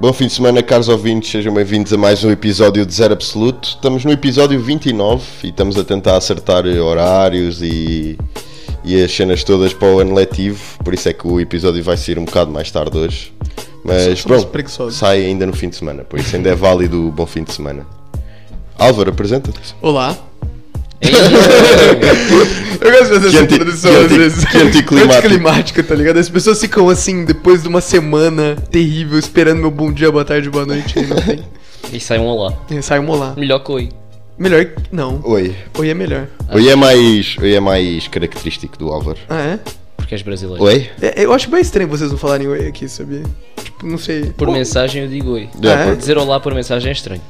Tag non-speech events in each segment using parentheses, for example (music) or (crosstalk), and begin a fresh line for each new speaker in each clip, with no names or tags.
Bom fim de semana, caros ouvintes, sejam bem-vindos a mais um episódio de Zero Absoluto. Estamos no episódio 29 e estamos a tentar acertar horários e, e as cenas todas para o ano letivo, por isso é que o episódio vai sair um bocado mais tarde hoje. Mas
Somos
pronto,
preguiçosos.
sai ainda no fim de semana, por isso ainda é válido o bom fim de semana. Álvaro, apresenta-te.
Olá.
É
(laughs)
Eu gosto de fazer
Que
essa
anti-
introdução
que
às
anti-
vezes.
que anticlimático.
(laughs) Anticlimática, tá ligado? As pessoas ficam assim, depois de uma semana terrível, esperando meu bom dia, boa tarde, boa noite. E não
(laughs)
tem.
E sai um olá.
E sai um olá.
Melhor que oi.
Melhor que. Não.
Oi.
Oi é melhor.
Oi é mais, oi é mais característico do Álvaro.
Ah, é?
Porque és brasileiro.
Oi?
É, Eu acho bem estranho vocês não falarem oi aqui, sabia? Tipo, não sei.
Por é
Ou-
mensagem eu digo oi.
Já,
Ah, é?
por-
Dizer olá por mensagem é estranho.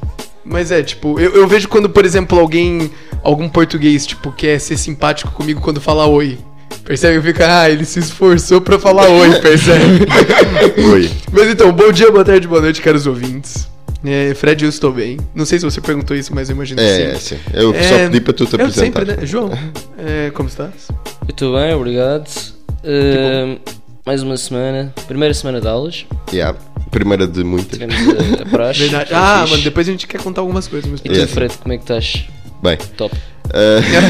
Mas é, tipo, eu, eu vejo quando, por exemplo, alguém, algum português, tipo, quer ser simpático comigo quando fala oi. Percebe? Fica, ah, ele se esforçou pra falar oi, percebe?
(laughs) Oi.
Mas então, bom dia, boa tarde, boa noite, caros ouvintes. É, Fred, eu estou bem. Não sei se você perguntou isso, mas eu imagino que
É,
sim.
sim. Eu só pedi para tu te
eu
apresentar.
sempre, né? João, é, como estás?
Eu estou bem, obrigado. Ahm, mais uma semana. Primeira semana de aulas.
Yeah. Primeira de muitas.
Tivemos a, a praxe.
Verdade.
foi
Ah,
fixe.
mano, depois a gente quer contar algumas coisas. Mas...
E
Yeah.
tu, Fred, como é que estás?
(laughs)
Bem.
Top.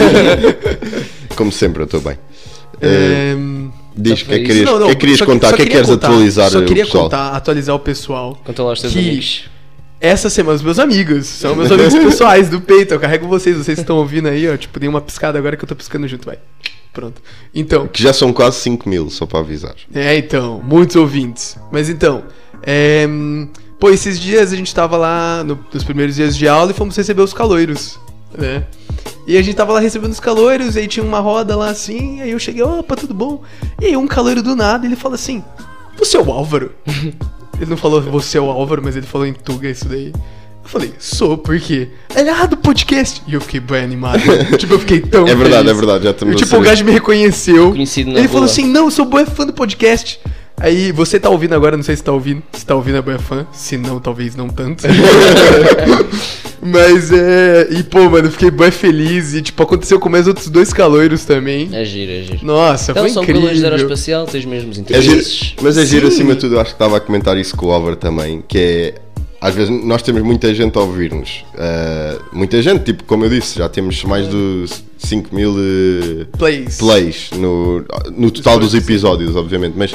eh, como sempre, eu estou bem. Eh,
É,
diz o que é que
isso.
querias,
não, não,
o que é que querias
só-
contar,
só
o que é que
queria
queres
contar-
atualizar
Só
o
queria
pessoal?
contar, atualizar o pessoal.
Conta lá aos teus
Que-
amigos.
Essa semana, os meus amigos, são meus amigos pessoais do peito. Eu carrego vocês, vocês estão ouvindo aí, ó. Tipo, dei uma piscada agora que eu tô piscando junto, vai. Pronto. Então,
Que já são quase 5 mil, só para avisar.
É, então, muitos ouvintes. Mas então, é, hum, pô, esses dias a gente tava lá no- nos primeiros dias de aula e fomos receber os caloiros, né? E a gente tava lá recebendo os caloiros, e aí tinha uma roda lá assim, aí eu cheguei, opa, tudo bom? E aí um caloiro do nada, ele fala assim, você é o Álvaro? (laughs) ele não falou você é o Álvaro, mas ele falou em Tuga isso daí. Eu falei, sou, por quê? Ele, ah, do podcast. E eu fiquei bem animado. (laughs) tipo, eu fiquei tão
É verdade,
feliz.
é verdade, já estamos
Eu,
a
Tipo,
saber.
o gajo me reconheceu.
Conhecido na
Ele falou
rua.
assim, não, eu sou boa fã do podcast. Aí, você tá ouvindo agora, não sei se tá ouvindo. Se tá ouvindo, é boa fã. Se não, talvez
(laughs)
não tanto. Mas é. E, pô, mano, eu fiquei bem feliz. E, tipo, aconteceu com mais outros dois caloiros também.
É giro, é giro.
Nossa,
então
foi
são
incrível.
calores de aeroespacial, tens mesmos
É giro-
interesses.
mas é giro
Sim.
acima de tudo, eu acho que estava a comentar isso com o Over também, que é às vezes nós temos muita gente a ouvir-nos. Ah, muita gente, tipo, como eu disse, já temos mais de 5 mil eh,
Plays.
plays no, no total dos episódios, obviamente, mas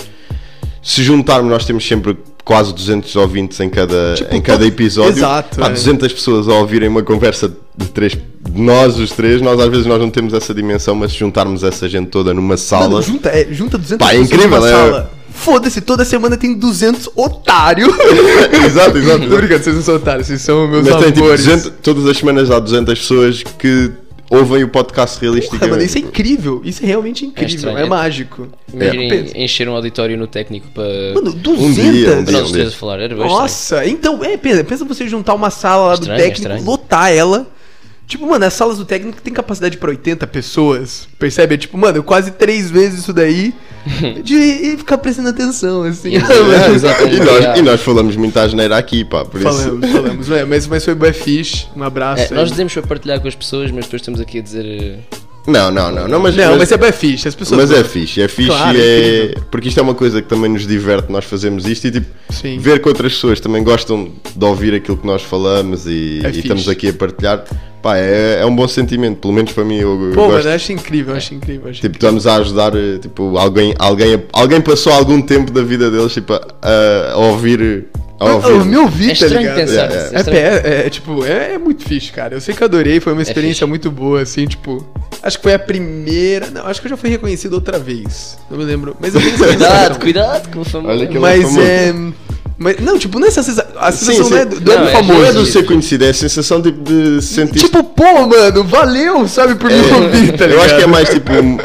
se juntarmos, nós temos sempre quase 200 ouvintes em cada,
Tipo,
em cada
tá-
episódio.
Exato,
Há
é.
200 pessoas a ouvirem uma conversa de três, de nós os três. Nós às vezes nós não temos essa dimensão, mas se juntarmos essa gente toda numa sala.
Mano, junta, é, junta 200
Pá, é
pessoas numa
incrível, né?
sala. Foda-se, toda semana tem 200 otário.
(laughs) (laughs) exato, exato.
Tô brincando, vocês não são otários, vocês são meus
Mas tem tipo
amores.
200 todas as semanas há 200 pessoas que ouvem o podcast
Porra, mano, isso
realisticamente.
é incrível. Isso é realmente incrível.
estranho.
É, mágico.
É.
Imaginem encher um auditório no técnico para.
Mano,
Um
200?
dia, um
para
dia,
nós três a falar. Era bem estranho.
Nossa, então, é, pensa, pensa você juntar uma sala lá
Estranho, é
do técnico,
estranho.
lotar ela. Tipo, mano, as salas do técnico tem capacidade pra 80 pessoas, percebe? É tipo, mano, quase três vezes isso
(laughs)
daí de, e ficar prestando atenção, assim. (laughs)
É,
Exato.
exato. e,
Yeah.
nós, e nós falamos muita asneira aqui, pá. Por isso.
falamos, falamos, ué, mas, mas foi bué fixe, um abraço.
É,
aí.
nós dizemos para partilhar com as pessoas, mas depois estamos aqui a dizer. eh,
Não, não, não. não mas,
Não,
mas-
mas é
assim.
bué fixe, as pessoas...
Mas é fixe, é fixe
Claro,
e é.
incrível.
Porque isto é uma coisa que também nos diverte, nós fazemos isto e tipo,
Sim.
ver que outras pessoas também gostam de ouvir aquilo que nós falamos e,
É
e
fixe.
estamos aqui a partilhar, pá, é, é um bom sentimento, pelo menos para mim eu, eu
Pô, é-
gosto.
mano, eu acho incrível, eu acho incrível, eu acho
Tipo, estamos a ajudar, eh, tipo, alguém, alguém, alguém passou algum tempo da vida deles, tipo, a, a ouvir. A ouvir.
Eu me ouvi,
É
tá
estranho
ligado?
pensar
é,
nisso, é
é,
estranho. É
é, é, tipo, é, é muito fixe, cara. Eu sei que eu adorei, foi uma experiência
fixe.
muito boa, assim, tipo. Acho que foi a primeira. Não, acho que eu já fui reconhecido outra vez. Não me lembro. Mas eu tenho essa sensação.
Cuidado, cuidado com o famoso.
Olha que eu-
Mas
famoso.
é. Mas, não, tipo, não é essa sensação. A sensação não é do, do
Não, é-
famoso.
Não é do ser conhecido, é a sensação tipo, de sentir.
Tipo, pô, mano, valeu, sabe, por me ouvir, tá ligado?
eu acho que é
(laughs)
mais tipo um,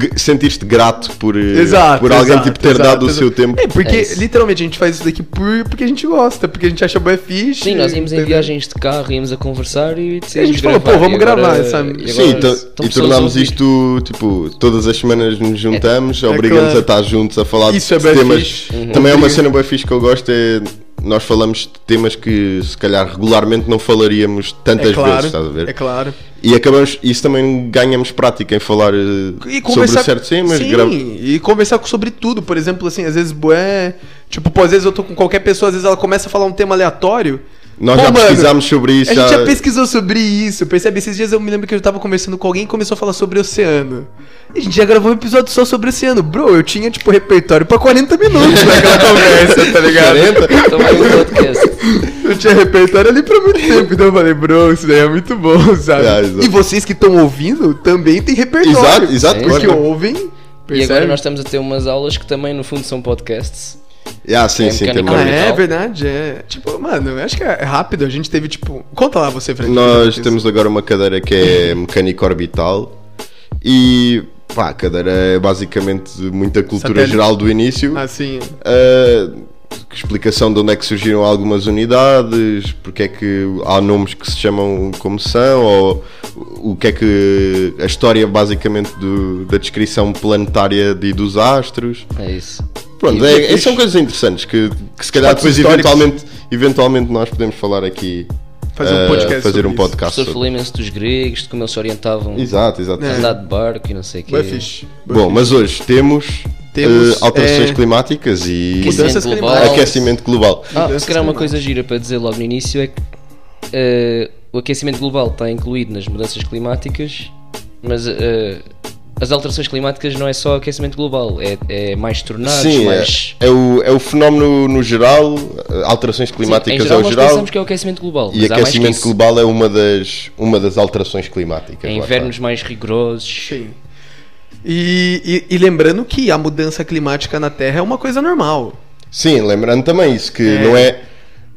g- sentir-te grato por, eh,
Exato.
por alguém
exato,
tipo, ter
exato,
dado o
exato.
seu tempo.
É, porque
É isso.
literalmente a gente faz isso daqui por, porque a gente gosta, porque a gente acha boa ficha.
Sim, nós íamos em
entendeu?
viagens de carro, íamos a conversar e
a gente falou, pô, vamos gravar essa-
Sim, então- e tornámos isto, tipo, todas as semanas nos juntamos, obrigamos
É claro.
a estar juntos a falar
Isso é
de
bem
temas.
fixe.
Também é uma
Obrigado.
cena bem fixe que eu gosto, é nós falamos de temas que se calhar regularmente não falaríamos tantas
é claro,
vezes, estás a ver?
É claro.
E acabamos, isso também ganhamos prática em falar eh, sobre certos temas.
sim,
gra-
e conversar com- sobre tudo. Por exemplo, assim, às vezes, bué... Tipo, pô, às vezes eu tô com qualquer pessoa, às vezes ela começa a falar um tema aleatório.
Nós
Pô,
já
mano,
pesquisámos sobre isso.
A gente já
já-
pesquisou sobre isso, percebe? Esses dias eu me lembro que eu tava conversando com alguém e começou a falar sobre oceano. E a gente já gravou um episódio só sobre oceano. Bro, eu tinha, tipo, repertório pra 40 minutos
(laughs)
naquela conversa, tá ligado?
40?
(laughs) Então vai um podcast.
Eu tinha repertório ali pra muito tempo. Então eu falei, bro, isso daí é muito bom, (laughs) sabe?
É, exato.
e vocês que estão ouvindo também tem repertório.
Exato, exato.
Sim.
Os que
claro.
ouvem,
E
percebe?
agora nós estamos a ter umas aulas que também, no fundo, são podcasts.
Ah, sim,
É
sim,
mecânica
temos.
Ah, é
Orbital.
verdade, é. Tipo, mano, eu acho que é rápido. A gente teve, tipo... Conta lá você, Fred.
Nós temos agora uma cadeira que é mecânica orbital e pá, a cadeira é basicamente muita cultura
Satélite.
geral do início.
Assim...
Uh, explicação de onde é que surgiram algumas unidades, porque é que há nomes que se chamam como são, ou o que é que a história basicamente do- da descrição planetária e dos astros.
É isso.
Pronto,
E
é-
depois-
são coisas interessantes que, que se calhar
Fatos
depois
históricos.
eventualmente, eventualmente nós podemos falar aqui.
Fazer um
uh, fazer
podcast sobre
um
isso.
O
podcast
professor
sobre-
falou imenso dos gregos, de como eles se orientavam
Exato, exato.
É.
andar de barco e não sei o quê.
Bué fixe. bué
Bom,
fixe.
mas hoje temos,
Temos,
eh, alterações
eh,
climáticas e
mudanças
Aquecimento global.
climáticas.
aquecimento global.
Ah,
Mudanças
se calhar uma
climáticas.
coisa gira para dizer logo no início é que eh, o aquecimento global está incluído nas mudanças climáticas, mas eh, as alterações climáticas não é só aquecimento global, é, é mais tornados,
Sim, é-
mais.
é, o, é o fenómeno no geral, eh, alterações
Sim, em
climáticas
geral,
é o
nós
geral
pensamos que é o aquecimento global,
e
mas há mais que
aquecimento
isso.
global é uma das, uma das alterações climáticas.
É
lá
invernos
está.
mais rigorosos.
Sim. E, e- e lembrando que a mudança climática na Terra é uma coisa normal.
Sim, lembrando também isso, que
É.
não é,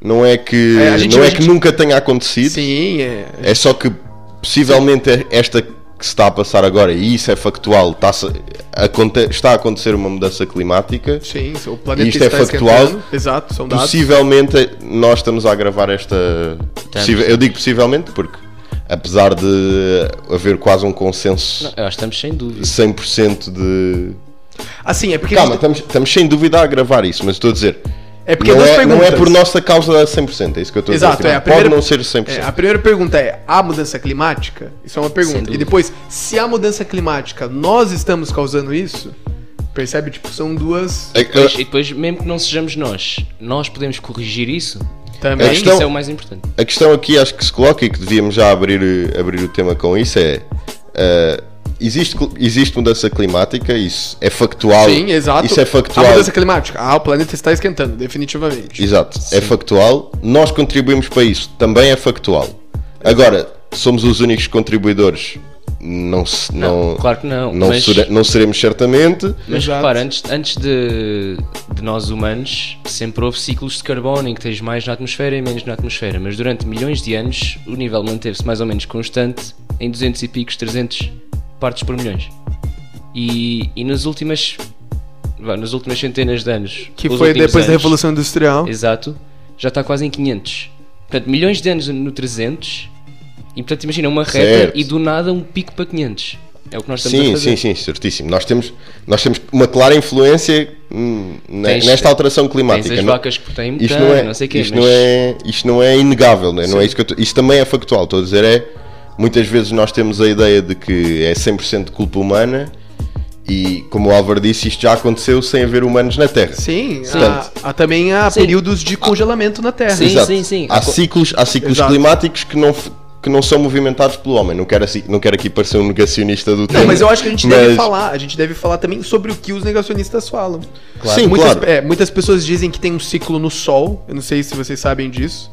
não é, que,
É, a gente-
não
a
é
gente-
que nunca tenha acontecido,
Sim, é.
é só que possivelmente é esta que se está a passar agora, e isso é factual, está, está a acontecer uma mudança climática.
Sim, o planeta
Isto é
está
factual?
esquentando. Exato, são dados.
Possivelmente nós estamos a gravar esta. possi- eu digo possivelmente porque, apesar de haver quase um consenso
Não, eu acho que estamos sem dúvida.
100% de.
Assim, é porque.
Calma, estamos, estamos sem dúvida a gravar isso, mas estou a dizer.
É porque
não,
duas
é, não é
perguntas.
por nossa causa 100%, é isso que eu estou a
Exato,
dizer.
é, a
Pode
primeira-
não ser 100%.
É, a primeira pergunta é: há mudança climática? Isso é uma pergunta. E
dúvida.
depois, se há mudança climática, nós estamos causando isso? Percebe? Tipo, são duas.
A- a-
Depois- e depois, mesmo que não sejamos nós, nós podemos corrigir isso.
Também.
a
Acho que
questão-
isso é o mais importante.
A questão aqui acho que se coloca e que devíamos já abrir, abrir o tema com isso é. ah, existe, cl- existe mudança climática, isso é factual.
Sim, exato.
Isso é factual.
A mudança climática. Ah, o planeta está esquentando, definitivamente.
Exato, é factual. Nós contribuímos para isso, também é factual. Agora, somos os únicos contribuidores? Não, se- não,
claro que não,
Não,
mas-
sere- não seremos certamente.
Mas
Exato.
repara, antes, antes de, de nós humanos, sempre houve ciclos de carbono em que tens mais na atmosfera e menos na atmosfera, mas durante milhões de anos o nível manteve-se mais ou menos constante em 200 e picos, 300 partes por milhões. E, e nas últimas vá, nas últimas centenas de anos,
Que
os
foi
últimos
depois da
anos,
Revolução Industrial.
Exato, já está quase em 500. Portanto, milhões de anos no 300 e portanto imagina uma reta
Certo.
e do nada um pico para 500. É o que nós estamos a
Sim,
fazer.
sim, sim, certíssimo. Nós temos, nós temos uma clara influência hum, ne-
Tens-
nesta alteração
Tens
climática.
as
Não-
vacas que têm
isto
metano,
não é,
não sei o quê,
isto,
mas-
não é, isto não é inegável, né? não é isso que eu tô- Isto também é factual. Estou a dizer é. Muitas vezes nós temos a ideia de que é 100% culpa humana e, como o Álvaro disse, isto já aconteceu sem haver humanos na Terra.
Sim, há-
Portanto-
há, também há
Sim.
períodos de congelamento na Terra.
Sim. sim.
Há ciclos, há ciclos
Exato.
climáticos que não, f- que não são movimentados pelo homem. Não quero, assim, não quero aqui parecer um negacionista do tema.
Não, mas eu acho que a gente deve
mas-
falar. A gente deve falar também sobre o que os negacionistas falam.
Claro. Sim,
muitas,
claro.
é, muitas pessoas dizem que tem um ciclo no Sol. Eu não sei se vocês sabem disso.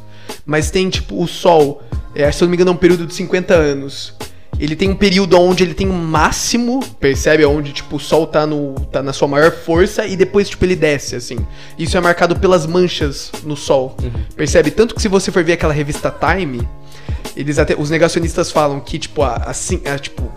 Mas tem, tipo, o Sol, é, se eu não me engano, é um período de 50 anos. Ele tem um período onde ele tem um máximo, percebe? Onde, tipo, o Sol tá, no, tá na sua maior força e depois, tipo, ele desce, assim. Isso é marcado pelas manchas no Sol.
Uhum.
Percebe? Tanto que se você for ver aquela revista Time, eles até. Os negacionistas falam que, tipo, a- assim. a, tipo,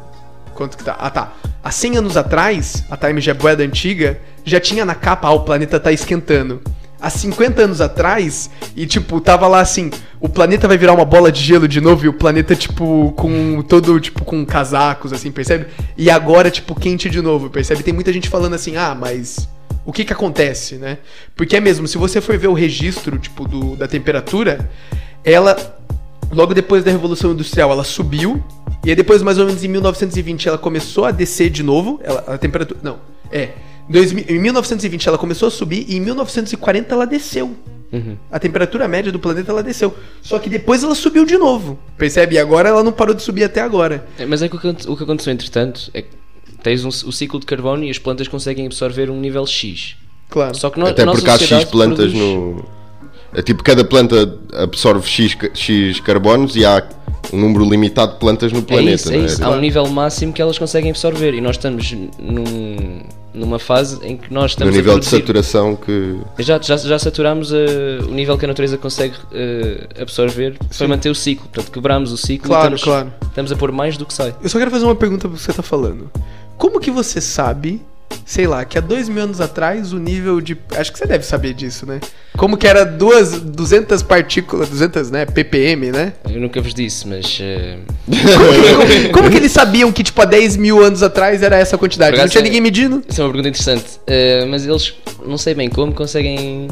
Quanto que tá? Ah, tá. Há 100 anos atrás, a Time já é bué da antiga, já tinha na capa, ah, o planeta tá esquentando. Há 50 anos atrás, e tipo, tava lá assim, o planeta vai virar uma bola de gelo de novo, e o planeta, tipo, com todo, tipo, com casacos, assim, percebe? E agora, tipo, quente de novo, percebe? Tem muita gente falando assim, ah, mas o que que acontece, né? Porque é mesmo, se você for ver o registro, tipo, do, da temperatura, ela, logo depois da Revolução Industrial, ela subiu, e aí depois, mais ou menos em 1920, ela começou a descer de novo, ela, a temperatura, não, é, 2000 em 1920 ela começou a subir, e em 1940 ela desceu.
Uhum.
A temperatura média do planeta ela desceu. Só que depois ela subiu de novo. Percebe? E agora ela não parou de subir até agora.
É, Mas é que o que, aconte- o que aconteceu entretanto é que tens um- o ciclo de carbono e as plantas conseguem absorver um nível X.
Claro.
Só que no,
Até
a nossa
porque há X
sociedade
plantas
produz-
no. É tipo, cada planta absorve X, ca- X carbonos e há um número limitado de plantas no
É
planeta.
isso, é
não
isso. Há um nível máximo que elas conseguem absorver e nós estamos num- numa fase em que nós
No
estamos a
nível de
produzir-
saturação que.
Já, já, já saturámos eh, o nível que a natureza consegue eh, absorver para manter o ciclo. Portanto, quebramos o ciclo
Claro,
e estamos,
claro.
estamos a pôr mais do que sai.
Eu só quero fazer uma pergunta pro que você tá falando. Como que você sabe, sei lá, que há dois mil anos atrás o nível de. Acho que você deve saber disso, né? Como que era duas, 200 partículas, 200, né? ppm, né?
Eu nunca vos disse, mas. eh,
Como, como que eles sabiam que, tipo, há 10 mil anos atrás era essa quantidade? Não
Obrigado,
tinha
sim.
ninguém medindo?
isso é uma pergunta interessante. Eh, mas eles, não sei bem como, conseguem.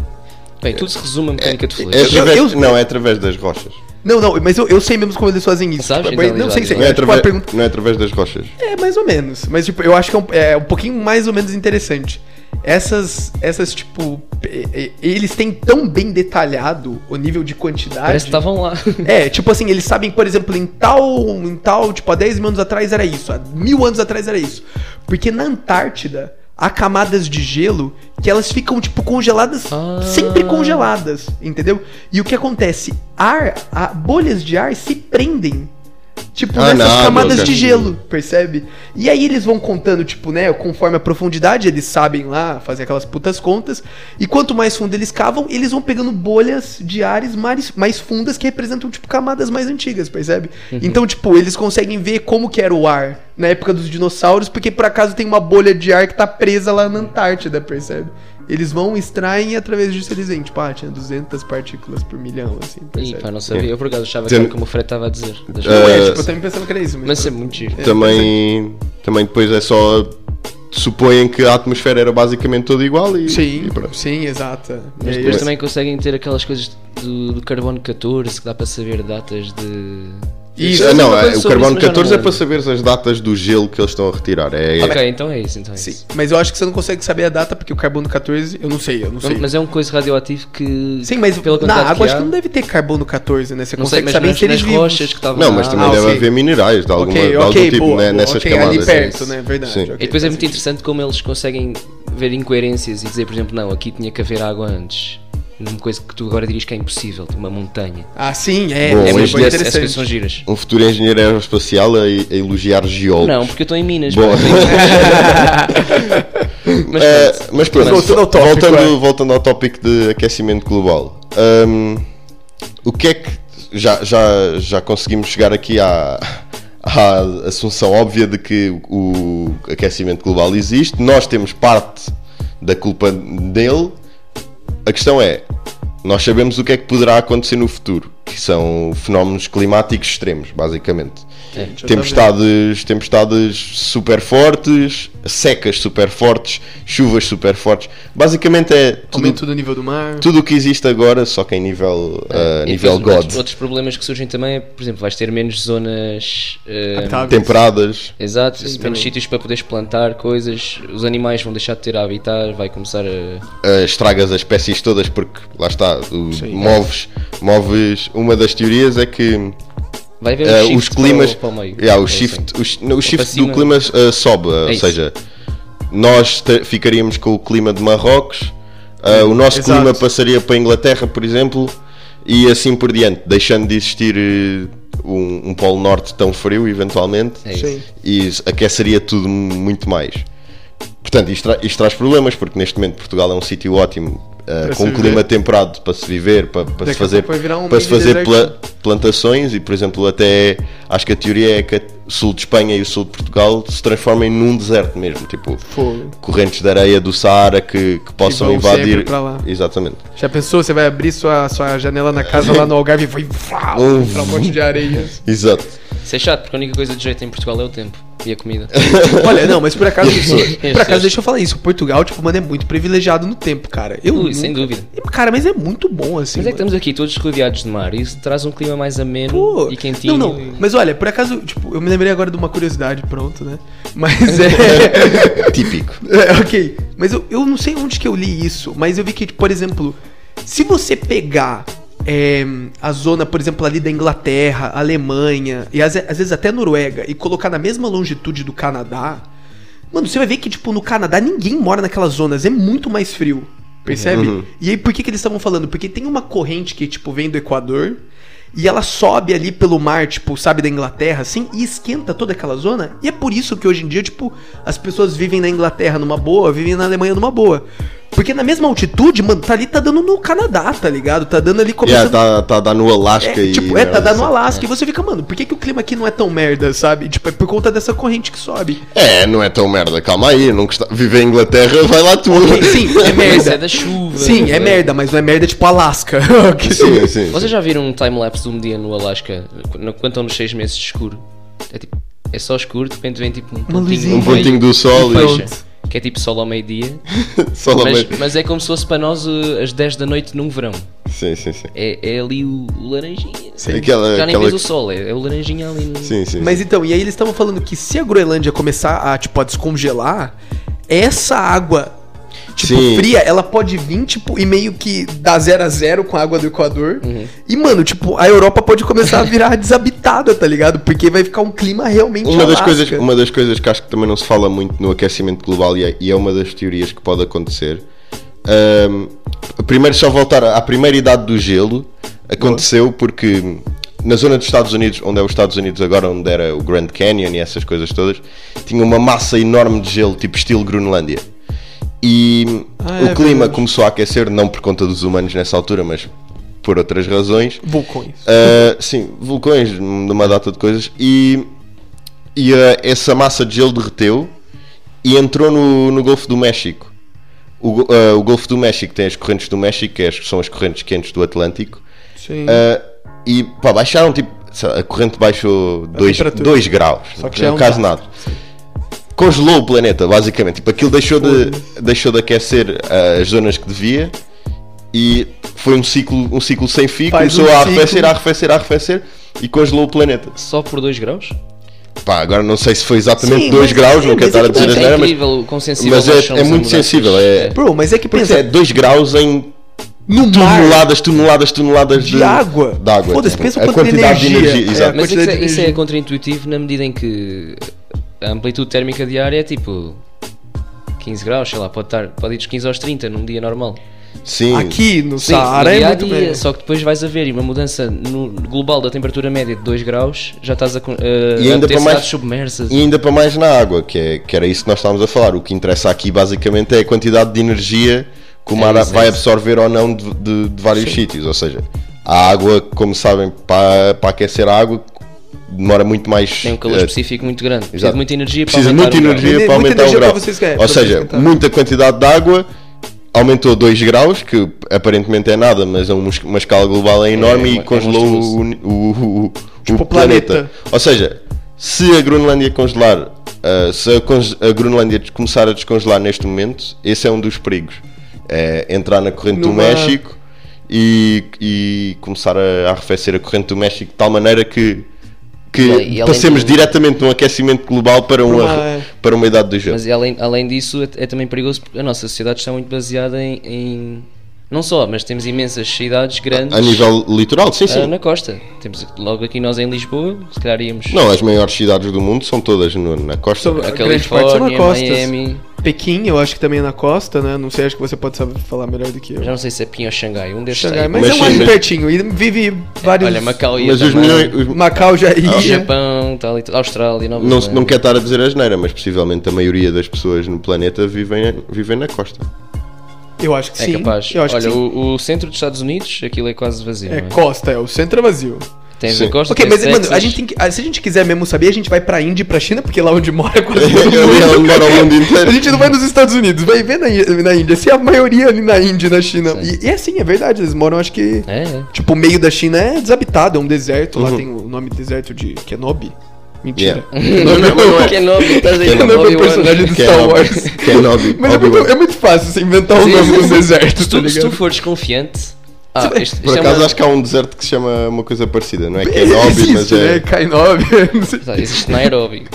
Bem, tudo se resume a mecânica de
É
fluidos.
através,
eu-
não, é através das rochas.
Não, não, mas eu, eu sei mesmo como eles fazem isso.
Sabe,
Tipo, mas-
então,
não sei,
Eliade,
sei.
Não é,
É, tipo, uma
através,
pergunta,
não é através das rochas.
é mais ou menos. Mas, tipo, eu acho que é um, é um pouquinho mais ou menos interessante. Essas, essas tipo, e- e- eles têm tão bem detalhado o nível de quantidade.
Parece que tá estavam lá.
É, tipo assim, eles sabem, por exemplo, em tal, em tal, tipo, há 10 mil anos atrás era isso, há mil anos atrás era isso. Porque na Antártida há camadas de gelo que elas ficam, tipo, congeladas,
Ah.
sempre congeladas, entendeu? E o que acontece? Ar, a- bolhas de ar se prendem. Tipo,
Ah,
nessas
na água,
camadas
cara.
de gelo, percebe? E aí eles vão contando, tipo, né, conforme a profundidade, eles sabem lá, fazem aquelas putas contas. E quanto mais fundo eles cavam, eles vão pegando bolhas de ares mais, mais fundas que representam, tipo, camadas mais antigas, percebe?
Uhum.
Então, tipo, eles conseguem ver como que era o ar na época dos dinossauros, porque por acaso tem uma bolha de ar que tá presa lá na Antártida, percebe? Eles vão, extraem e através disso eles veem, tipo, ah, tinha 200 partículas por milhão, assim,
(laughs) Ih,
percebe?
pá, não sabia. Eu por acaso achava que
Tem-
era como o Fred estava a dizer. Das
Não é,
Eh,
tipo, eu também pensando que era isso.
Mas isso é muito giro.
também, também depois é só. Supõem que a atmosfera era basicamente toda igual e.
Sim,
e pronto.
sim, exato. É,
Mas
E aí,
depois
Mas-
também conseguem ter aquelas coisas do, do carbono 14 que dá para saber datas de.
Isso,
Ah, não,
Eu sei uma
é-
coisa
o carbono
sobre isso, mas já não
14 é
lembro.
para saberes as datas do gelo que eles estão a retirar. É, é-
Ok, então é isso. Então é isso.
Mas eu acho que você não consegue saber a data, porque o carbono 14, eu não sei, eu não sei.
Mas é um coisa radioativo que.
sim, mas
pela
na
quantidade
água acho
há-
que não deve ter carbono 14, né? Você
Não sei,
consegue
mas
saber
nas,
se eles
nas
vivos.
rochas que estavam
Não,
lá.
mas também
Ah,
deve
ok.
haver minerais de, alguma,
Ok,
de
ok,
algum tipo
boa,
né,
boa,
nessas
ok,
camadas.
ali perto, né? Verdade,
Sim.
ok.
E depois é muito
faz
interessante como eles conseguem ver incoerências e dizer, por exemplo, não, aqui tinha que haver água antes. Numa coisa que tu agora dirias que é impossível, uma montanha.
Ah, sim, é,
Bom,
é
mas
muito
Essas- essas coisas
interessante.
são giras.
Um futuro engenheiro aeroespacial a, a elogiar geólogos.
Não, porque eu estou em Minas.
Bom.
pá,
(laughs)
tenho- mas
Eh,
pronto.
mas pronto,
Voltando ao tópico,
voltando,
é.
voltando ao tópico de aquecimento global. Ahm, o que é que. Já, já, já conseguimos chegar aqui à, (laughs) à assunção óbvia de que o aquecimento global existe, nós temos parte da culpa dele. A questão é: nós sabemos o que é que poderá acontecer no futuro, que são fenómenos climáticos extremos, basicamente.
Deixa eu saber.
Tempestades, tempestades super fortes, secas super fortes, chuvas super fortes. Basicamente é tudo
Aumento do nível do mar.
tudo o que existe agora, só que em nível, ah,
E
nível
depois
God.
Outros, outros problemas que surgem também é, por exemplo, vais ter menos zonas. eh,
Habitáveis.
Temporadas.
Exato, menos
também.
sítios para poderes plantar coisas, os animais vão deixar de ter a habitar, vai começar a.
uh, estragas as espécies todas porque lá está, o- moves, moves. Uma das teorias é que uh,
Vai haver um shift
Eh, os climas,
para o, para o meio.
Yeah, o
É assim.
shift, o, shi- não, o
para
shift
cima.
do clima uh, sobe, uh,
É
ou
isso.
seja, nós te- ficaríamos com o clima de Marrocos, uh, o nosso
Exato.
clima passaria para a Inglaterra, por exemplo, e assim por diante, deixando de existir uh, um, um Polo Norte tão frio, eventualmente
É isso.
Sim.
e isso aqueceria tudo muito mais. Portanto, isto, tra- isto traz problemas, porque neste momento Portugal é um sítio ótimo, eh,
Para
com
se
um
viver.
clima temperado para se viver, para, para se
Daqui a
fazer,
pouco vai virar um
para se
mini
fazer
deserto.
pla- plantações e, por exemplo, até acho que a teoria é que o sul de Espanha e o sul de Portugal se transformem num deserto mesmo, tipo
Fogo.
correntes de areia do Saara que, que possam
vão sempre
invadir.
para lá.
Exatamente.
Já pensou? Você vai abrir sua, sua janela na casa lá no Algarve e vai. Vá,
Um-
entrar um monte de areias.
Exato.
Isso é chato, porque a única coisa de jeito em Portugal é o tempo e a comida.
(laughs) Olha, não, mas por
(laughs)
acaso,
E as pessoas?
por acaso deixa eu falar isso. Portugal, tipo, mano, é muito privilegiado no tempo, cara. Eu
Ui,
nunca-
sem dúvida.
Cara, mas é muito bom assim.
Mas é que
mano.
estamos aqui todos rodeados de mar e isso traz um clima mais ameno
Pô,
e quentinho.
Não, não.
e-
Mas olha, por acaso, tipo, eu me lembrei agora de uma curiosidade, pronto, né? Mas
(laughs)
é. (laughs)
Típico.
É, ok. Mas eu, eu não sei onde que eu li isso, mas eu vi que, tipo, por exemplo, se você pegar é, a zona, por exemplo, ali da Inglaterra, Alemanha, e às, às vezes até Noruega, e colocar na mesma longitude do Canadá, mano, você vai ver que, tipo, no Canadá ninguém mora naquelas zonas, é muito mais frio. Percebe?
Uhum.
E aí, por que, que eles estavam falando? Porque tem uma corrente que, tipo, vem do Equador. E ela sobe ali pelo mar, tipo, sabe, da Inglaterra, assim, e esquenta toda aquela zona. E é por isso que hoje em dia, tipo, as pessoas vivem na Inglaterra numa boa, vivem na Alemanha numa boa. Porque na mesma altitude, mano, tá ali, tá dando no Canadá, tá ligado? Tá dando ali
Yeah,
começando...
tá, tá a dar no Alasca
é,
e.
tipo, é, tá
merda
dando no
assim.
Alasca. E você fica, mano, por que, que o clima aqui não é tão merda, sabe? Tipo, é por conta dessa corrente que sobe.
É, não é tão merda, calma aí, não custa... viver em Inglaterra, (laughs) vai lá tu.
Sim, sim, é
Mas é
merda.
da chuva.
Sim,
né?
é merda, mas não é merda tipo Alasca. (laughs)
(laughs)
Ok.
sim, sim.
Vocês já viram um timelapse de um dia no Alasca? Quando quando estão nos seis meses de escuro? É tipo, é só escuro, de repente vem tipo um
luzinha.
Um
pontinho, no meio
pontinho do sol
e
e.
fecha. Que é tipo sol ao meio-dia.
Só lá
Mas,
mesmo.
mas é como se fosse para nós uh, as 10 da noite num verão.
Sim, sim, sim.
É, é ali o, o laranjinha. Tipo,
Aquela,
Já nem
aquela...
vês o sol, é, é o laranjinha ali no.
Sim, sim.
Mas então, e aí eles estavam falando que se a Groenlândia começar a, tipo, a descongelar, essa água, tipo,
Sim.
fria, ela pode vir, tipo, e meio que dar zero a zero com a água do Equador.
Uhum.
E, mano, tipo, a Europa pode começar a virar (laughs) desabitada, tá ligado? Porque vai ficar um clima realmente
Uma das,
Alasca.
coisas, uma das coisas que acho que também não se fala muito no aquecimento global e é, e é uma das teorias que pode acontecer. ahm, primeiro, só voltar à primeira idade do gelo, aconteceu porque na zona dos Estados Unidos, onde é os Estados Unidos agora, onde era o Grand Canyon e essas coisas todas, tinha uma massa enorme de gelo, tipo estilo Groenlândia. E
Ah,
o
é
clima
verdade.
começou a aquecer, não por conta dos humanos nessa altura, mas por outras razões.
Vulcões.
Uh, sim, vulcões, numa data de coisas. E, e uh, essa massa de gelo derreteu e entrou no, no Golfo do México. O, go- uh, o Golfo do México tem as correntes do México, que é as- são as correntes quentes do Atlântico.
Sim.
Uh, e pá, baixaram tipo. sei lá, A corrente baixou 2
temperatura.
graus.
Só que já é
não
um
quase
gasto,
nada. Congelou o planeta, basicamente. Tipo, aquilo deixou de, deixou de aquecer uh, as zonas que devia e foi um ciclo, um ciclo sem fim.
Faz
Começou
um
a arrefecer,
ciclo.
a arrefecer, a arrefecer e congelou o planeta.
Só por 2 graus?
Pá, agora não sei se foi exatamente
Sim,
2
mas-
graus,
sim,
não quero
mas
estar
é
a
que
dizer
não
as
tem
neiras, mas,
incrível o quão sensível
mas
nós
é,
somos
é
a
muito
mudanças.
sensível. É,
Bro, mas é que
porque
pensa,
é 2 graus em
no mar,
toneladas, toneladas, toneladas
de água.
De água. tipo,
Foda-se, pensa o
a
quanto de
quantidade de
energia.
energia.
É,
exato.
Mas isso
quantidade
é,
de
isso é
energia.
contraintuitivo na medida em que a amplitude térmica diária é tipo 15 graus, sei lá, pode, estar, pode ir dos 15 aos 30 num dia normal.
Sim.
aqui no
Sim,
Saara
no
é
dia a
muito
dia,
menos.
Só que depois vais a ver e uma mudança no global da temperatura média de 2 graus, já estás a, con- a,
E
a
ainda
ter
para mais-
cidades submersas.
E ainda para mais na água, que, é, que era isso que nós estávamos a falar. O que interessa aqui basicamente é a quantidade de energia que o mar
É isso,
vai
é isso.
absorver ou não de, de- de vários sítios. Ou seja, a água, como sabem, para, para aquecer a água demora muito mais.
Tem um calor
eh,
específico muito grande. Precisa
exato.
de muita energia
precisa de
para aumentar
muita
o grau.
energia
Muita
para aumentar
energia
o grau.
para vocês, é, para
ou seja,
vocês aumentarem.
muita quantidade de água. Aumentou 2 graus, que aparentemente é nada, mas é uma es- uma escala global é enorme
é
e
uma- é
congelou o,
monstruoso.
o- o-
Tipo,
o planeta.
planeta.
Ou seja, se a Groenlândia congelar, ah, se a, conge- a Groenlândia des- começar a descongelar neste momento, esse é um dos perigos. É entrar na corrente do
Numa-
México e, e começar a arrefecer a corrente do México de tal maneira que, que
E além- e além
passemos
do-
diretamente de um aquecimento global para uma,
Uma- é.
para uma idade do gelo.
Mas além, além disso, é, é também perigoso porque a nossa sociedade está muito baseada em. em- não só, mas temos imensas cidades grandes
A nível litoral, sim,
ah,
sim.
na costa. Temos logo aqui nós em Lisboa, se calhar íamos.
Não, as maiores cidades do mundo são todas no- na costa.
Sobre-
A
grande parte são na
Califórnia,
costa.
Miami.
Pequim, eu acho que também é na costa, né? Não sei, acho que você pode saber falar melhor do que eu.
Já não sei se é Pinho ou Xangai. Um desses
Xangai,
aí.
mas,
Mas
é um
sim,
mais
mas-
pertinho. E vive vários.
Olha, é Macau ia
Mas os
também.
milhões. os-
Macau já ia.
Japão, tal e tal. Austrália, Nova
Não,
Zelândia.
não quero estar a dizer asneira, mas possivelmente a maioria das pessoas no planeta vivem, vivem na costa.
Eu acho que
É
sim.
capaz.
Eu acho
Olha,
que sim.
o, o centro dos Estados Unidos, aquilo é quase vazio.
É
não é?
costa, é o centro é vazio.
Tens
Sim.
a costa,
Ok,
tens
mas mano, a
Texas.
gente tem que, ah, se a gente quiser mesmo saber, a gente vai pra Índia e pra China, porque lá onde mora é
(laughs)
quase todo
Ela
mundo.
mora o mundo
A
inteiro.
gente não vai nos Estados Unidos, vai ver na, Í- na Índia. Se a maioria ali na Índia, e na China. E, e assim, é verdade, eles moram, acho que. (laughs)
É, é.
Tipo, o meio da China é desabitado, é um deserto. Lá
Uhum.
tem o nome deserto de Kenobi. (laughs) Mentira. (laughs)
Que é nome, estás aí
Que
com um
nome é
Kenobi é o
Obi-Wan.
personagem do
Que é
Star
Obi-
Wars.
que é Obi-
Mas é muito,
Obi-Wan.
é muito fácil você inventar o
Sim,
nome
sim,
dos
sim.
desertos,
Se
tá
tu, se tu
ligado?
fores confiante. Ah, isto, isto
Por
é
acaso
uma...
acho que há um deserto que se chama uma coisa parecida, não é? Que é
(laughs)
Nobi,
Existe,
mas
né?
é.
Kainobi, (laughs) não sei.
Sabe, Tá, Existe Nairobi.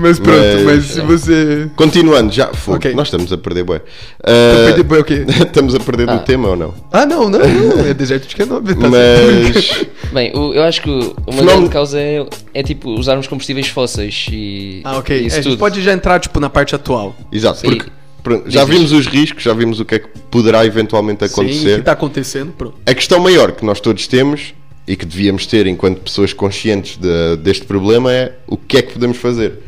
Mas pronto,
Mas-
mas se você.
Continuando, já. Fogo,
Ok.
Nós estamos a perder, bué.
Foi
Ah,
depois é
(laughs)
o quê?
Estamos a perder
Ah.
do tema ou não?
Ah, não, não, não. É deserto de Kenobi, tá certo.
Mas.
(laughs)
Bem, o- eu acho que o- uma
Fenómeno-
grande causa é, é tipo usarmos combustíveis fósseis e.
Ah, ok.
e
É,
Isso
a gente
tudo.
pode já entrar, tipo, na parte atual.
Exato,
Sim.
porque pronto, já
Diz
vimos os riscos, já vimos o que é que poderá eventualmente
Sim, o
acontecer.
que tá acontecendo, pronto.
A questão maior que nós todos temos e que devíamos ter enquanto pessoas conscientes de- deste problema é o que é que podemos fazer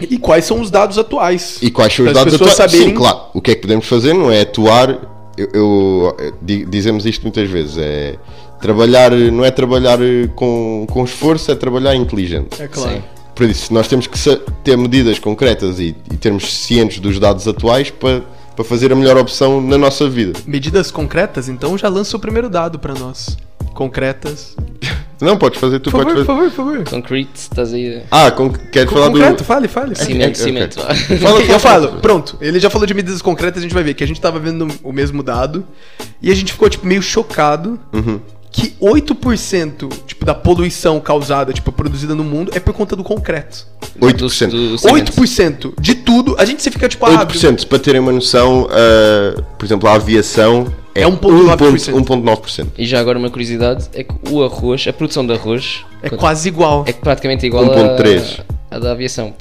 E quais são os dados atuais?
e quais são os
Para as
dados
pessoas
atuais. Sim,
saberem-
claro, o que é que podemos fazer não é atuar. Eu, eu- eh, di- dizemos isto muitas vezes: é trabalhar, não é trabalhar eh, com, com esforço, é trabalhar inteligente.
É claro.
Sim.
Por isso, nós temos que sa- ter medidas concretas e, e termos cientes dos dados atuais para, para fazer a melhor opção na nossa vida.
Medidas concretas, então já lança o primeiro dado pra nós. Concretas.
Não, podes fazer, tu
Por favor,
podes
por
fazer.
favor, por favor.
Concrete, estás aí.
Ah, com, queres
Co-
falar
Concreto,
do.
fale, fale. É
Cimento,
ok.
cimento. (laughs) vá.
Fala,
Eu falo, pronto. Ele já falou de medidas concretas, a gente vai ver que a gente tava vendo o mesmo dado e a gente ficou tipo meio chocado
Uhum.
que 8% tipo da poluição causada, tipo produzida no mundo é por conta do concreto.
Do-
8%.
do cimento.
8% de tudo, a gente se fica tipo ah,
8%, para terem uma noção, ah, por exemplo, a aviação um é,
É 1,9%.
1,9%.
E já agora uma curiosidade é que o arroz, a produção de arroz
é quase igual.
é praticamente igual
1.3.
à, à da aviação.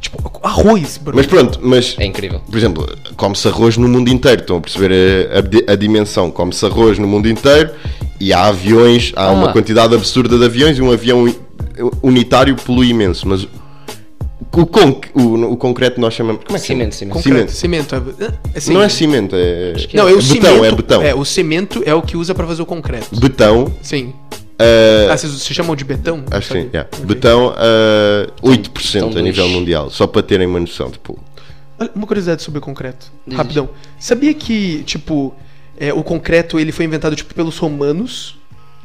Tipo arroz, bro.
Mas pronto, mas.
É incrível.
Por exemplo, come-se arroz no mundo inteiro, estão a perceber a, a di- a dimensão? Come-se arroz no mundo inteiro e há aviões, há
Ah.
uma quantidade absurda de aviões e um avião i- unitário polui imenso, mas o, con- o- o concreto nós chamamos. Como é que se chama?
Cimento, cimento.
concreto,
cimento.
cimento, é, é
Não é
cimento.
cimento, é.
que
Não, é
é
o
betão,
cimento.
é betão.
É, o cimento é o que usa pra fazer o concreto.
Betão,
Sim.
ah,
Ah, vocês, vocês chamam de betão?
acho que sim,
Sabe?
yeah.
Ok.
betão ah, 8% a
dois.
nível mundial, só para terem uma noção. Tipo,
Olha, Ah, Uma curiosidade sobre o concreto.
Diz.
Rapidão. Sabia que, tipo, é, o concreto ele foi inventado, tipo, pelos romanos,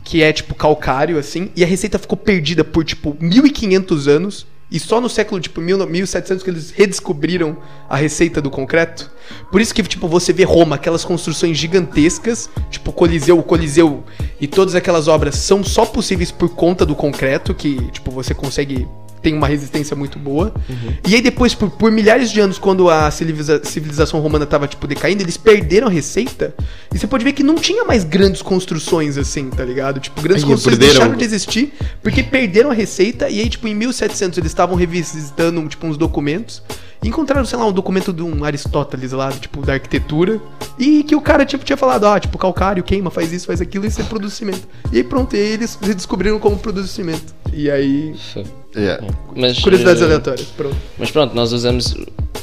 que é, tipo, calcário, assim, e a receita ficou perdida por, tipo, 1500 anos, e só no século, tipo, 1900, 1700 que eles redescobriram a receita do concreto. Por isso que, tipo, você vê Roma, aquelas construções gigantescas, tipo, Coliseu, o Coliseu, e todas aquelas obras são só possíveis por conta do concreto, que, tipo, você consegue tem uma resistência muito boa.
Uhum.
E aí depois, por, por milhares de anos, quando a civiliza- civilização romana tava, tipo, decaindo, eles perderam a receita. E você pode ver que não tinha mais grandes construções, assim, tá ligado? Tipo, grandes
Aí,
construções
perderam-
deixaram de existir porque perderam a receita. E aí, tipo, em 1700 eles estavam revisitando, tipo, uns documentos. E encontraram, sei lá, um documento de um Aristóteles lá, tipo, da arquitetura. E que o cara, tipo, tinha falado, ah, tipo, calcário, queima, faz isso, faz aquilo, e você produz cimento. E aí, pronto, e aí eles descobriram como produzir cimento. E aí,
yeah.
Mas,
Curiosidades
É.
eh,
aleatórias, pronto.
Mas pronto, nós usamos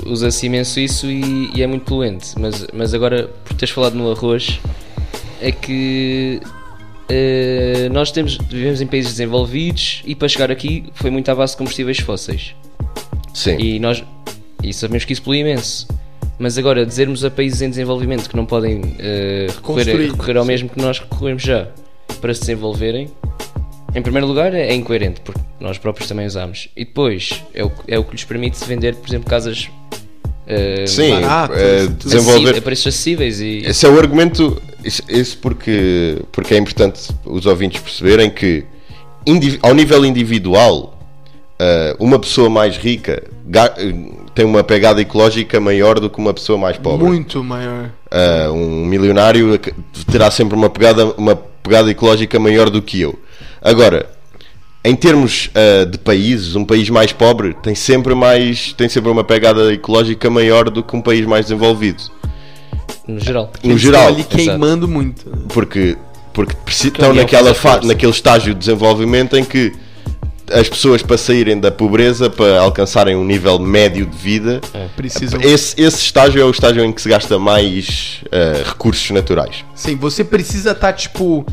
usa-se imenso isso e, e é muito poluente. Mas, mas agora, por teres falado no arroz, é que eh, nós temos, vivemos em países desenvolvidos e para chegar aqui foi muito à base de combustíveis fósseis.
sim.
E nós e sabemos que isso polui imenso. Mas agora, dizermos a países em desenvolvimento que não podem eh, recorrer,
Construir,
recorrer ao
sim.
mesmo que nós recorremos já para se desenvolverem, em primeiro lugar é incoerente, porque nós próprios também usamos. E depois é o, é o que lhes permite vender, por exemplo, casas eh,
Sim,
barato,
é,
isso tudo.
desenvolver.
acessi- a preços acessíveis e
Esse é o argumento. Isso, isso porque, porque é importante os ouvintes perceberem que, indivi- ao nível individual, ah, uma pessoa mais rica ga- eh, tem uma pegada ecológica maior do que uma pessoa mais pobre.
Muito maior.
Ah, um milionário ac- terá sempre uma pegada, uma pegada ecológica maior do que eu. Agora, em termos ah, de países, um país mais pobre tem sempre, mais, tem sempre uma pegada ecológica maior do que um país mais desenvolvido.
no geral.
No
Eles
geral.
estão ali queimando muito.
porque, porque preci-
Porque é
estão
união
naquela
faz a
fa-
força.
naquele estágio de desenvolvimento em que as pessoas para saírem da pobreza, para alcançarem um nível médio de vida,
É.
Precisam.
esse, esse estágio é o estágio em que se gasta mais eh, recursos naturais.
Sim, você precisa estar, tá, tipo.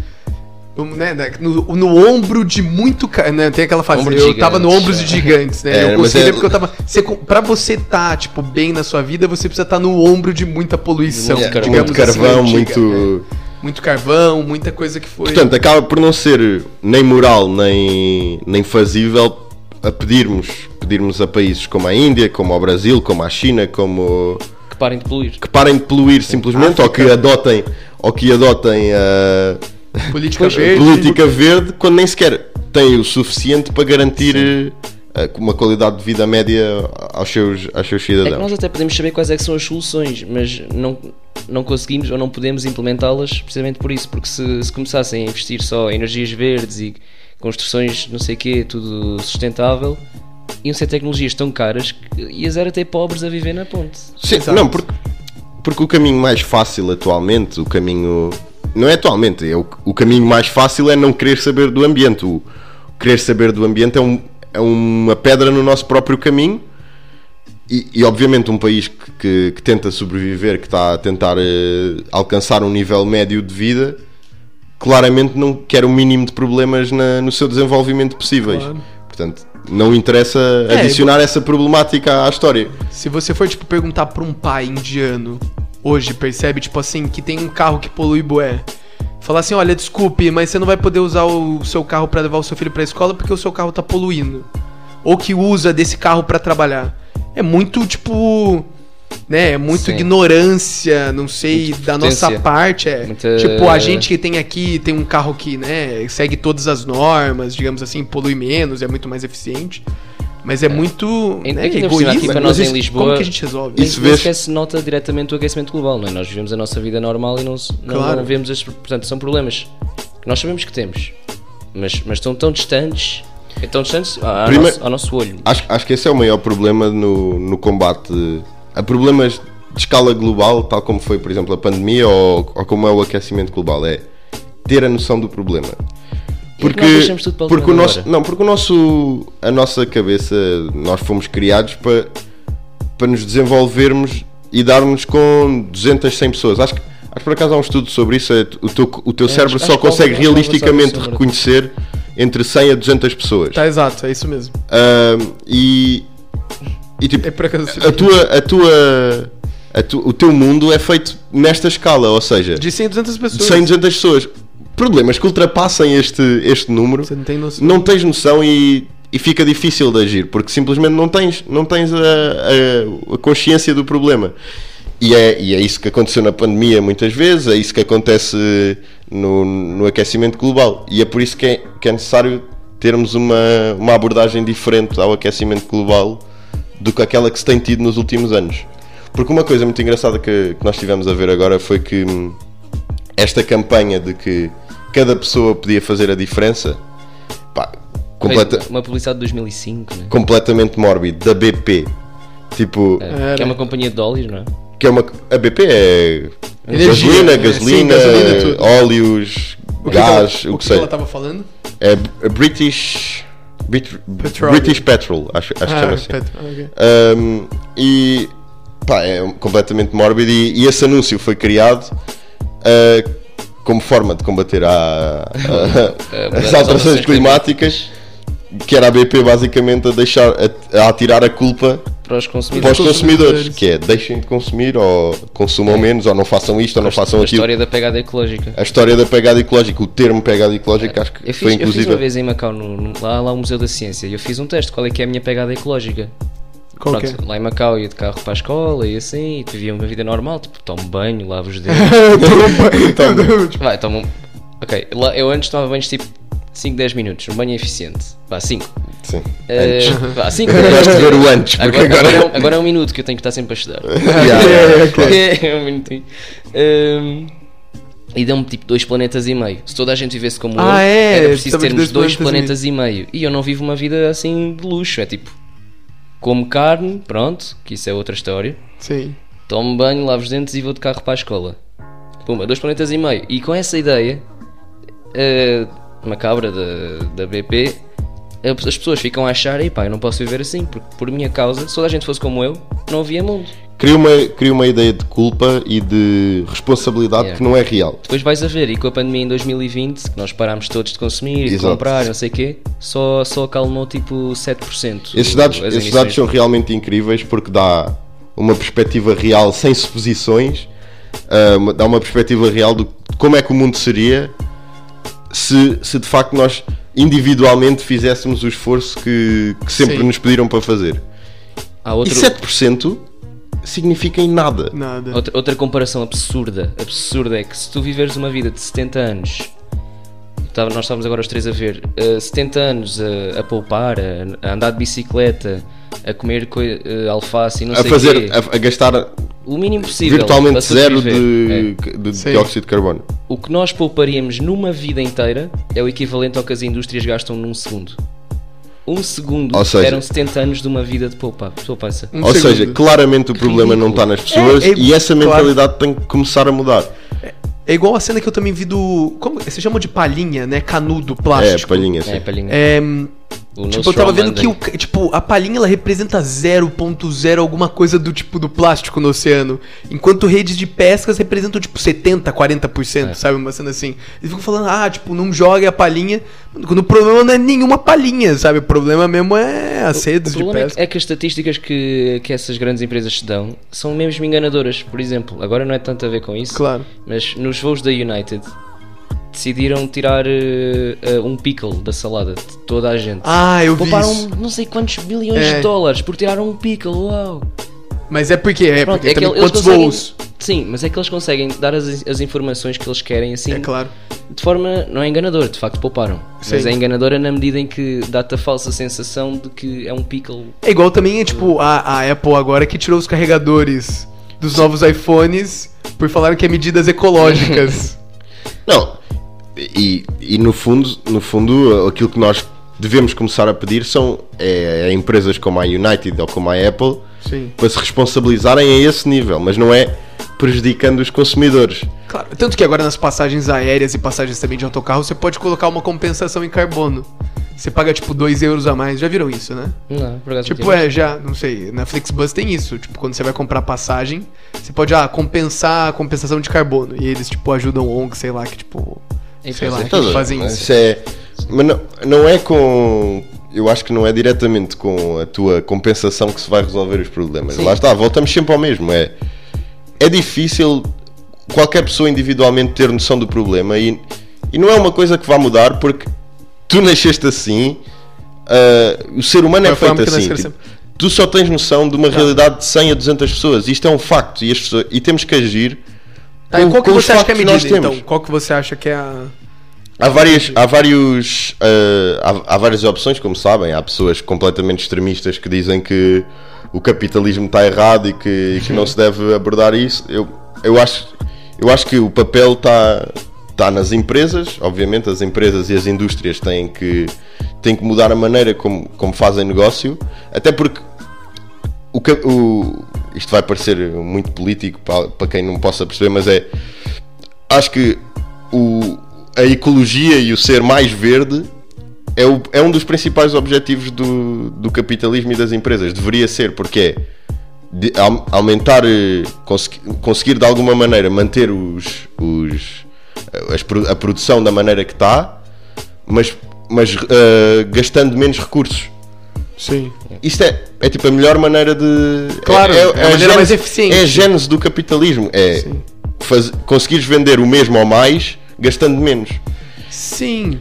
Vamos, né, né, no, no ombro de muito. ca- Né, tem aquela fase.
Ombro de
eu tava no
gigantes,
ombro de
é.
gigantes, né?
É,
eu
mas
considerei
é-
porque eu tava. Você, con- pra você tá, tipo, bem na sua vida, você precisa estar no ombro de muita poluição.
Yeah,
Muito É, carvão.
muito
digamos assim,
carvão,
antiga, né?
muito.
Muito carvão, muita coisa que foi.
Portanto, acaba por não ser nem moral nem, nem fazível a pedirmos, pedirmos a países como a Índia, como ao Brasil, como à China, como
Que parem de poluir.
que parem de poluir simplesmente ou que adotem ou que adotem eh, a
política verde.
é, política verde quando nem sequer têm o suficiente para garantir eh, uma qualidade de vida média aos seus, aos seus
É que
cidadãos.
nós até podemos saber quais é que são as soluções, mas não, não conseguimos ou não podemos implementá-las precisamente por isso, porque se, se começassem a investir só em energias verdes e construções não sei quê, tudo sustentável, iam ser tecnologias tão caras que ias era ter pobres a viver na ponte.
Sim,
Exato.
não, porque, porque o caminho mais fácil atualmente, o caminho. Não é atualmente, é o, o caminho mais fácil é não querer saber do ambiente. O querer saber do ambiente é, um- é uma pedra no nosso próprio caminho. E, e, obviamente um país que, que- que tenta sobreviver, que está a tentar eh, alcançar um nível médio de vida, claramente não quer o mínimo de problemas na- no seu desenvolvimento possíveis.
Claro.
Portanto, não interessa
É,
adicionar essa problemática à história.
Se você for, tipo, perguntar pra um pai indiano hoje, percebe, tipo assim, que tem um carro que polui bué. Falar assim, olha, desculpe, mas você não vai poder usar o seu carro pra levar o seu filho pra escola porque o seu carro tá poluindo. Ou que usa desse carro pra trabalhar. É muito, tipo... Né, é muito
Sim.
ignorância, não sei,
Muita
da
prepotência.
nossa parte. É.
Muita-
Tipo, a gente que tem aqui, tem um carro que, né, segue todas as normas, digamos assim, polui menos, é muito mais eficiente. Mas é, muito.
Ainda-
Né, que é
ainda por cima,
egoísmo,
aqui para
mas
nós em
isso-
Lisboa-
Como que a gente resolve?
Isso
Isso nem
vê-se-
sequer se nota diretamente o aquecimento global, não é? Nós vivemos a nossa vida normal e não, se- não,
Claro.
não vemos as. Portanto, são problemas que nós sabemos que temos, mas, mas estão tão distantes. É tão distantes a- a
Prime-
nosso- ao nosso olho.
Acho, acho que esse é o maior problema no, no combate a problemas de escala global, tal como foi, por exemplo, a pandemia ou, ou como é o aquecimento global. É ter a noção do problema.
por que
Porque,
nós deixamos tudo para o
porque o
problema
nosso,
agora?
não, porque o nosso, a nossa cabeça, nós fomos criados para, para nos desenvolvermos e darmos com 200, 100 pessoas. Acho que, acho que por acaso há um estudo sobre isso. é t- o teu, o teu
acho-
cérebro
acho
só
que há um-
consegue
acho que há um
realisticamente
episódio sobre-
reconhecer entre 100 a 200 pessoas.
Tá exato, é isso mesmo.
Ahm, e, e, tipo,
É por acaso.
a tua, a tua, a tu- o teu mundo é feito nesta escala, ou seja, de
De 100 a 200 pessoas.
100, 200 pessoas. Problemas que ultrapassem este, este número,
Você não tem noção.
não tens noção e, e fica difícil de agir, porque simplesmente não tens, não tens a, a- a consciência do problema. E é, e é isso que aconteceu na pandemia muitas vezes, é isso que acontece no, no aquecimento global. E é por isso que é, que é necessário termos uma, uma abordagem diferente ao aquecimento global do que aquela que se tem tido nos últimos anos. Porque uma coisa muito engraçada que, que nós tivemos a ver agora foi que hum, esta campanha de que cada pessoa podia fazer a diferença, pá, completa-
Fez Uma publicidade de 2005, né?
completamente mórbido, da BP. Tipo,
É,
né?
que é uma companhia de dólares, não é?
que é uma. A BP é.
Energia,
gasolina,
né?
gasolina,
Sim, gasolina, tudo.
óleos,
O que
gás,
que ela-
o
o
que,
que
sei.
ela tá- tava falando?
É B- a British. Brit-
Petroleum. Ah,
British Petrol, acho, acho que chama assim.
Petro, ok.
Um, e pá, é um- completamente mórbido. E, e esse anúncio foi criado uh, como forma de combater a-
(laughs) É
a- as alterações climáticas, que era a BP basicamente a deixar a, a atirar a culpa
Para os
para os
consumidores. É.
consumidores, que é deixem de consumir ou consumam menos ou não façam isto ou não façam
a
aquilo.
história da pegada ecológica.
A história da pegada ecológica, o termo pegada ecológica, acho que
É. Eu fiz,
É, foi
eu fiz
inclusive
uma vez em Macau, no, no- lá, lá ao Museu da Ciência, e eu fiz um teste, qual é que é a minha pegada ecológica.
Qual que é?
Pronto, (laughs) lá em Macau ia de carro para a escola e assim, e vivia uma vida normal, tipo, tomo banho, lavo os dedos.
(laughs) Então, Trompa.
Vai, tomo. um, Ok, lá, eu antes tomava banhos tipo 5, 10 minutos, um banho é eficiente. Vá, 5.
Sim.
Eh, (laughs)
Antes.
Vá, 5.
Eu gosto de ver o antes, porque
Agora, agora, é um,
agora.
agora é um minuto que eu tenho que estar sempre a estudar. (laughs)
Yeah, yeah, yeah, claro.
é um minutinho. Ehm, e dão-me tipo dois planetas e meio. Se toda a gente vivesse como
Ah,
eu,
é,
era preciso
precisava de dois
termos dois
planetas
planetas e meio. E eu não vivo uma vida assim de luxo. É tipo, como carne, pronto, que isso é outra história.
Sim.
Tomo banho, lavo os dentes e vou de carro para a escola. Pumba, dois planetas e meio. E com essa ideia eh, macabra da, da BP, eh, as pessoas ficam a achar, ei pá, eu não posso viver assim, porque por minha causa, se toda a gente fosse como eu, não havia mundo.
Cria uma, cria uma ideia de culpa e de responsabilidade
Yeah.
que não é real.
Depois vais a ver, e com a pandemia em 2020, que nós parámos todos de consumir, de
Exato.
comprar, não sei o quê, só, só acalmou tipo 7%.
Esses
o-
dados,
as
esses
emissões.
dados são realmente incríveis porque dá uma perspectiva real sem suposições, ah, uma- dá uma perspectiva real do de como é que o mundo seria se, se de facto nós individualmente fizéssemos o esforço que, que sempre
Sim.
nos pediram para fazer.
Há outro,
E 7% significa em nada.
Nada.
outra, outra comparação absurda, absurda é que se tu viveres uma vida de 70 anos, tava- nós estávamos agora os três a ver, eh, 70 anos a, a poupar, a, a andar de bicicleta, a comer coi- eh, alface e não
A
sei
fazer,
quê,
a, a gastar
o mínimo possível.
virtualmente
para
zero
sobreviver. É.
de, de
Sim.
dióxido de carbono.
O que nós pouparíamos numa vida inteira é o equivalente ao que as indústrias gastam num segundo. Um segundo
Ou seja-
eram 70 anos de uma vida de poupa- poupança.
Um
Ou seja,
segundo.
claramente o problema não está nas pessoas
É, é,
e essa
claro.
mentalidade tem que começar a mudar.
É igual a cena que eu também vi do. Como? Vocês chamam de palhinha, né? Canudo,
É,
plástico.
palhinha, sim.
É, palhinha.
É, hum,
O No
tipo, eu
Straw
tava vendo
Monday.
que o, ca- tipo, a palhinha ela representa 0.0 alguma coisa do tipo do plástico no oceano. Enquanto redes de pescas representam tipo 70, 40%,
É.
sabe? Uma cena assim. Eles ficam falando, ah, tipo, não jogue a palhinha. Mano, Quando o problema não é nenhuma palhinha, sabe? O problema mesmo é as
O
redes de
problema é que-
pesca.
é que as estatísticas que, que essas grandes empresas te dão são mesmo enganadoras. Por exemplo, agora não é tanto a ver com isso,
Claro.
mas nos voos da United decidiram tirar eh, eh, um pickle da salada de toda a gente.
Ah, eu vi
Pouparam
isso.
não sei quantos bilhões
É.
de dólares por tiraram um pickle, uau!
Mas é porque é,
Pronto,
porque também
eles
quantos
conseguem-
voos?
Sim, mas é que eles conseguem dar as, as informações que eles querem assim
É claro.
de forma. Não é enganadora, de facto pouparam. Mas
Sim.
é enganadora na medida em que dá-te a falsa sensação de que é um pickle.
É igual também, é, tipo, a, a Apple agora que tirou os carregadores dos novos iPhones por falar que é
(laughs)
medidas ecológicas.
Não, e, e no, fundo, no fundo, aquilo que nós devemos começar a pedir são é, a empresas como a United ou como a Apple
Sim.
para se responsabilizarem a esse nível, mas não é prejudicando os consumidores.
Claro, tanto que agora nas passagens aéreas e passagens também de autocarro, você pode colocar uma compensação em carbono. Você paga tipo 2 euros a mais, já viram isso, né?
Não, por acaso não
Tipo,
tinha.
é, já, não sei, na Flixbus tem isso, tipo, quando você vai comprar passagem, você pode, ah, compensar a compensação de carbono, e eles, tipo, ajudam ONG, sei lá, que, tipo,
É
sei lá,
importante.
que
Estás a ver?
fazem
Mas
isso.
isso é- mas não, não é com. Eu acho que não é diretamente com a tua compensação que se vai resolver os problemas.
Sim.
Lá está, voltamos sempre ao mesmo. É, é difícil qualquer pessoa individualmente ter noção do problema e, e não é uma coisa que vá mudar porque tu nasceste assim, ah, o ser humano
Foi
é
a forma
feito
que Tá.
assim.
nasceu
tipo, tu só tens noção de uma realidade de 100 a 200 pessoas. Isto é um facto e, as pessoas- e temos que agir.
Tá, e qual que
os
você acha que é a
factos nós
medida,
temos.
então? Qual que você acha que é a...
Há várias, há, vários, eh, há, há várias opções, como sabem. Há pessoas completamente extremistas que dizem que o capitalismo está errado e que, e que não se deve abordar isso. Eu, eu, acho, eu acho que o papel está, está nas empresas. Obviamente, as empresas e as indústrias têm que, têm que mudar a maneira como, como fazem negócio, até porque o, ca- o- isto vai parecer muito político para, para quem não possa perceber, mas é acho que o- a ecologia e o ser mais verde é, o- é um dos principais objetivos do, do capitalismo e das empresas. Deveria ser, porque é de- au- aumentar, eh, consegui- conseguir de alguma maneira manter os, os- eh, as pro- a produção da maneira que está, mas, mas, eh, gastando menos recursos.
Sim.
Isto é, é tipo a melhor maneira de.
Claro, é a maneira
gênese-
mais eficiente.
É a gênese do capitalismo. É
Sim.
faz, conseguires vender o mesmo ou mais gastando menos.
Sim.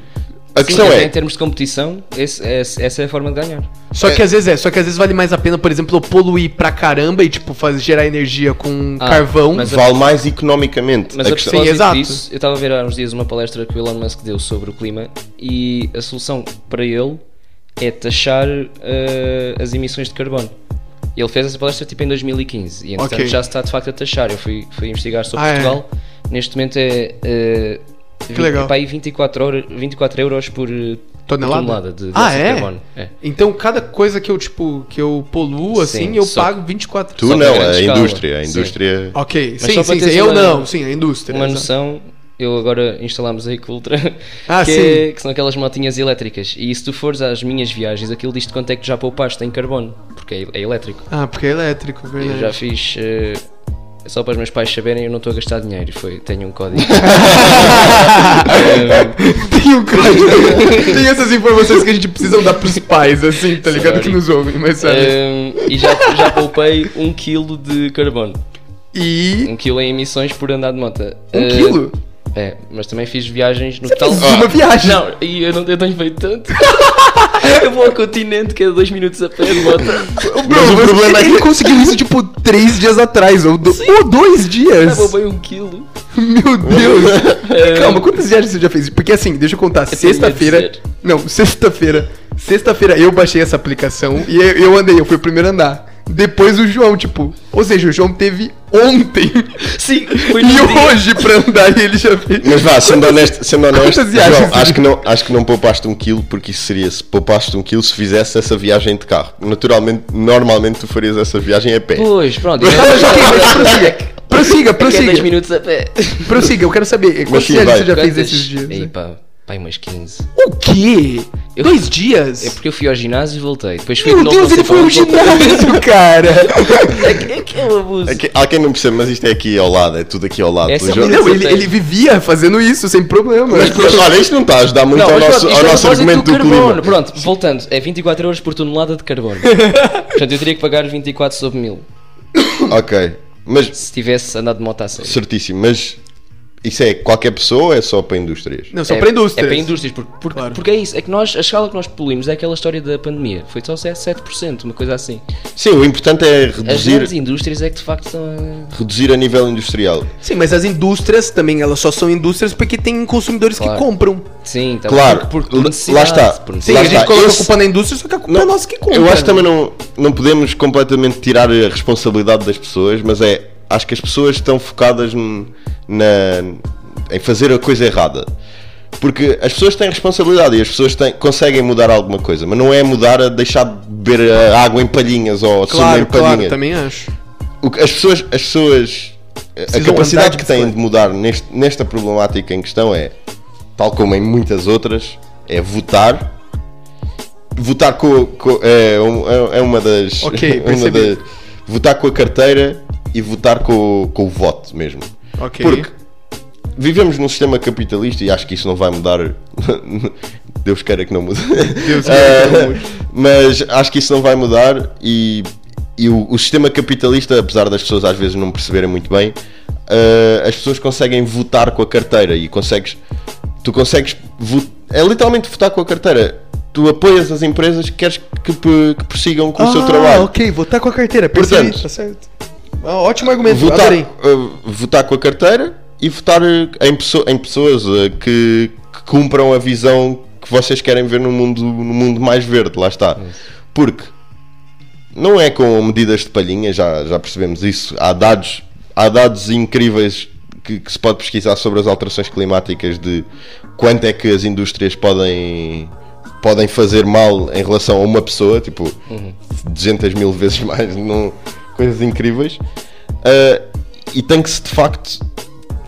A
Sim,
questão
até
é.
Em termos de competição, esse- esse- essa é a forma de ganhar.
Só que às vezes é, só que às vezes vale mais a pena, por exemplo, eu poluir pra caramba e, tipo, fazer, gerar energia com
Ah,
carvão.
mas-
Vale mais economicamente.
Mas
a
a
questão,
Sim,
propósito
exato.
disso, eu estava a ver há uns dias uma palestra que o Elon Musk deu sobre o clima e a solução para ele é taxar eh, as emissões de carbono. Ele fez essa palestra tipo em 2015 e entretanto
Ok.
já se está de facto a taxar. Eu fui, fui investigar sobre
Ah, é?
Portugal. Neste momento é eh, vinte-
legal.
pá, aí 24, horas, 24 euros por eh,
Tonelada?
de
Ah,
dióxido de
é?
carbono. É.
Então, cada coisa que eu, tipo, que eu poluo, assim,
Sim,
eu
só-
pago 24.
tu
só
não,
grande
a
escala.
indústria. A
Sim.
(laughs)
indústria.
Ok,
Mas
sim,
só pra
sim, sim.
teres
Eu
uma-
não, sim, a indústria.
Uma
exato.
noção, eu agora instalámos a Ecultra,
(laughs) Ah,
que,
sim.
é- que são aquelas motinhas elétricas. E se tu fores às minhas viagens, aquilo diz-te quanto é que já poupaste em carbono, porque é, é elétrico.
Ah, porque é elétrico, verdade.
Eu já fiz. eh, só para os meus pais saberem, eu não estou a gastar dinheiro. Foi, tenho um código.
(laughs)
(laughs)
Tem um código. Tem essas informações que a gente precisa dar pros pais, assim, tá ligado? Que nos ouvem, mas (laughs) sabe.
Eh, e já, já poupei um quilo de carbono.
E.
um quilo em emissões por andar de moto.
Um
Eh,
quilo? Ah,
É, mas também fiz viagens no tal. Ah,
Fez uma viagem.
Não, e eu não eu tenho feito
(laughs)
tanto. eu vou ao continente que é dois minutos a pé de moto.
Mas o problema é
ele
que.
conseguiu isso, tipo, três dias atrás, ou, do- ou dois
Ah,
dias.
vou bem um quilo.
Meu Deus! Calma, quantas viagens você já fez? Porque assim, deixa eu contar, sexta-feira.
dizer.
Não, sexta-feira. Sexta-feira eu baixei essa aplicação e eu, eu andei, eu fui o primeiro a andar. Depois o João, tipo. Ou seja, o João teve ontem
Sim, foi no
e
dia.
hoje pra andar e ele já fez.
Mas vá, sendo honesto, sendo honesto
quantas viagens
João,
você-
acho, que não, acho que não poupaste um quilo, porque isso seria se poupaste um quilo se fizesse essa viagem de carro. Naturalmente, normalmente tu farias essa viagem a pé.
Pois, pronto.
Tá, (laughs) mas ok, mas prossiga. Prossiga,
Que é dois
prossiga.
minutos a pé.
Prossiga, eu quero saber. Quantas
sim,
viagens
vai.
você já fez
Quantas-
esses dias? é.
Ei, pá, pai, umas 15.
O quê?
Eu-
Dois dias?
É porque eu fui ao ginásio e voltei. Depois fui de
Meu
novo
Deus,
ao
ele foi um
Cepal e voltei.
ginásio, cara!
(laughs) É que é um abuso.
É que- há quem não percebe, mas isto é aqui ao lado, é tudo aqui ao lado.
Essa
O
é a
João-
Não, ele,
Sorteio.
ele vivia fazendo isso sem problema.
Mas
(laughs)
pronto, olha, isto não está a ajudar muito
Não,
ao
mas
nosso,
pronto,
ao
isto é
nosso
a propósito
argumento do
carbono.
clima.
Pronto, voltando, é 24 euros por tonelada
(laughs)
de carbono. Portanto, eu teria que pagar 24 sobre mil
Ok, mas
se tivesse andado de moto a sério.
certíssimo, mas isso é qualquer pessoa ou é só para indústrias?
Não, só
é,
pra indústria.
É para indústrias, porque, porque,
Claro.
porque é isso. É que nós, a escala que nós poluímos é aquela história da pandemia. Foi só 7%, uma coisa assim.
Sim, o importante é
As
reduzir,
grandes indústrias é que de facto estão a-
reduzir a nível industrial.
Sim, mas as indústrias também, elas só são indústrias porque tem consumidores
Claro.
que compram.
Sim, tá
Claro,
por, por,
lá
por necessidade,
está.
por
Sim, tá,
Lá
a
necessidade.
gente
está,
coloca
eu
a
se-
culpa na indústria, só que a culpa é nossa que compra.
eu acho que
né?
também não, não podemos completamente tirar a responsabilidade das pessoas, mas é acho que as pessoas estão focadas n- na, em fazer a coisa errada. Porque as pessoas têm responsabilidade e as pessoas têm- conseguem mudar alguma coisa, mas não é mudar a deixar de beber a água em palhinhas ou sumo em
Claro,
palhinhas.
claro, também acho.
O que- as pessoas, as pessoas a
Precisam andar
capacidade
de
que têm
bicicleta.
de mudar neste- nesta problemática em questão é, tal como em muitas outras, é votar. Votar com, com- é, um- é- é uma das.
Ok,
(laughs) uma
percebi.
das- votar com a carteira e votar com, com o voto mesmo.
Ok.
Porque vivemos num sistema capitalista e acho que isso não vai mudar. (laughs) Deus queira que não mude.
Deus
Eh,
queira que não mude.
mas acho que isso não vai mudar e, e o, o sistema capitalista, apesar das pessoas às vezes não perceberem muito bem, eh, as pessoas conseguem votar com a carteira e consegues. Tu consegues. vo- É literalmente votar com a carteira. Tu apoias as empresas que queres que, pe- que persigam com o seu
Ah,
trabalho.
ok, votar com a carteira, percebi,
Portanto,
tá certo. Ah, Ótimo argumento,
votar,
adorei.
uh, votar com a carteira e votar uh, em, pesso- em pessoas uh, que, que cumpram a visão que vocês querem ver no mundo, no mundo mais verde, lá está. Porque não é com medidas de palhinha, já, já percebemos isso. Há dados, há dados incríveis que, que se pode pesquisar sobre as alterações climáticas de quanto é que as indústrias podem, podem fazer mal em relação a uma pessoa, tipo 200 mil vezes (laughs) mais, não, coisas incríveis. Ah, e tem que se de facto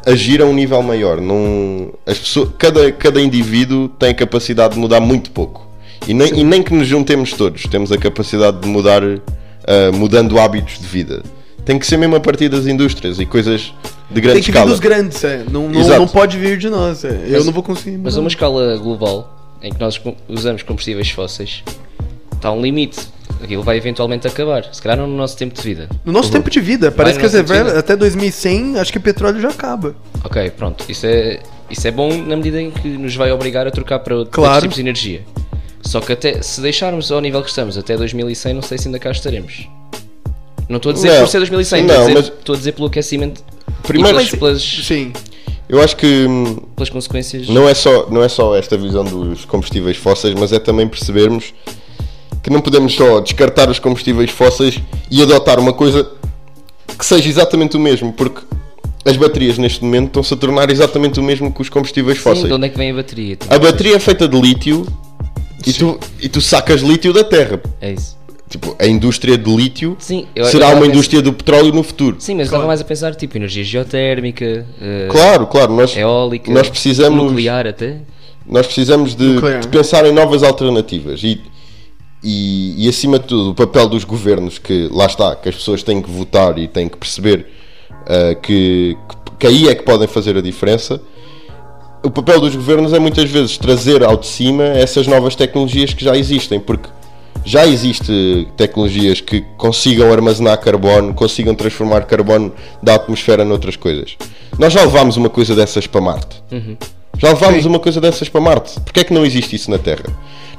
agir a um nível maior. Não, as pessoas, cada, cada indivíduo tem a capacidade de mudar muito pouco. E nem, e nem que nos juntemos todos, temos a capacidade de mudar, ah, mudando hábitos de vida. Tem que ser mesmo a partir das indústrias e coisas de grande
Tem que vir
escala.
dos grandes, é. Não, não,
Exato.
não pode vir de nós, é. Eu
Mas-
não vou conseguir.
Mas a
mudar.
uma escala global, em que nós com- usamos combustíveis fósseis, está um limite. Aquilo vai eventualmente acabar. Se calhar não no nosso tempo de vida.
No nosso tempo de vida, parece
no
que as
nosso tempo de
reservas-
vida.
até 2100, acho que o petróleo já acaba.
Ok, pronto. Isso é, isso é bom na medida em que nos vai obrigar a trocar para outro- outros
Claro.
tipos de energia. Só que até se deixarmos ao nível que estamos, até 2100, não sei se ainda cá estaremos. Não estou a dizer
Não,
por ser 2100,
não,
estou, a dizer,
mas-
estou a dizer pelo aquecimento
Primeiro-
e pelas, pelas,
Sim.
Eu acho que hum,
pelas consequências.
Não é, só, não é só esta visão dos combustíveis fósseis, mas é também percebermos que não podemos só descartar os combustíveis fósseis e adotar uma coisa que seja exatamente o mesmo, porque as baterias neste momento estão-se a tornar exatamente o mesmo que os combustíveis
Sim, de
fósseis.
onde é que vem a bateria?
A bateria é feita de lítio e tu, e tu sacas lítio da terra.
É isso.
Tipo, a indústria de lítio
Sim, eu- eu
será
tava
uma
a pensar-
indústria do petróleo no futuro.
Sim, mas
Claro.
estava mais a pensar tipo energia geotérmica, eh,
Claro, claro, nós,
eólica,
nós precisamos
nuclear até.
nós precisamos de,
Nuclear.
de pensar em novas alternativas e, e, e, acima de tudo o papel dos governos que lá está que as pessoas têm que votar e têm que perceber ah, que, que, que aí é que podem fazer a diferença o papel dos governos é muitas vezes trazer ao de cima essas novas tecnologias que já existem porque já existe tecnologias que consigam armazenar carbono, consigam transformar carbono da atmosfera noutras coisas. Nós já levámos uma coisa dessas para Marte.
Uhum.
Já levámos uma coisa dessas para Marte. Porquê é que não existe isso na Terra?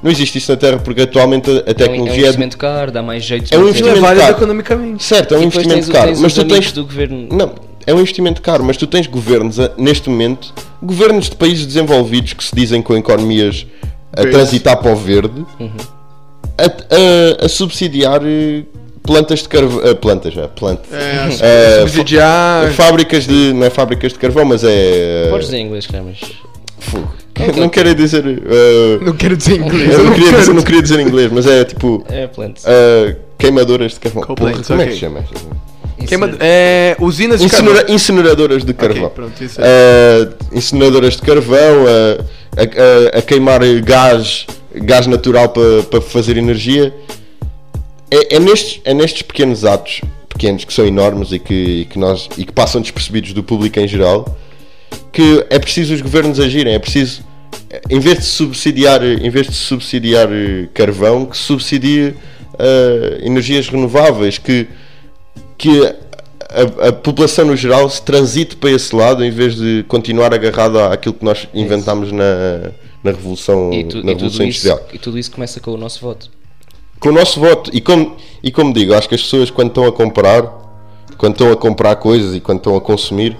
Não existe isso na Terra porque atualmente a- a
É um, é um
tecnologia é, de-
investimento caro, dá mais jeito.
É um
Aquilo
de
é
investimento
válido
caro.
economicamente.
certo, é um
E depois
investimento
tens o-
caro,
tens
mas
os
tu
amigos
tens
do governo.
Não, é um investimento caro, mas tu tens governos a- neste momento, governos de países desenvolvidos que se dizem com economias a
Verdes.
transitar para o verde,
Uhum.
a, a- a subsidiar eh, plantas de carvão, plantas, é, plantas.
É, assim,
Eh,
subsidiar.
Fábricas de. Não é fábricas de carvão, mas é. eh,
Podes dizer em inglês, cremas.
fogo. (laughs) Não quero dizer. eh,
Não quero dizer em inglês.
eu
eu
não queria, dizer,
quero.
não queria dizer em inglês, mas é tipo.
É plant.
ah, queimadoras de carvão.
Complaints,
Porra, como é que
ok.
chama?
Queima- é, usinas de
Incinera-
carvão.
incineradoras de carvão.
pronto, isso é.
Ah, incineradoras de carvão, ah, a, a- a queimar gás, gás natural para fazer energia. É, é nestes, é nestes pequenos atos, pequenos que são enormes e que, e que nós, e que passam despercebidos do público em geral, que é preciso os governos agirem, é preciso em vez de subsidiar, em vez de subsidiar eh, carvão, que subsidie eh, energias renováveis, que que a, a população no geral se transite para esse lado em vez de continuar agarrada àquilo que nós inventámos na, na revolução,
E, tu-
na
e tudo
revolução
isso,
industrial.
e tudo isso começa com o nosso voto.
Com o nosso voto e como e como digo, acho que as pessoas quando estão a comprar, quando estão a comprar coisas e quando estão a consumir,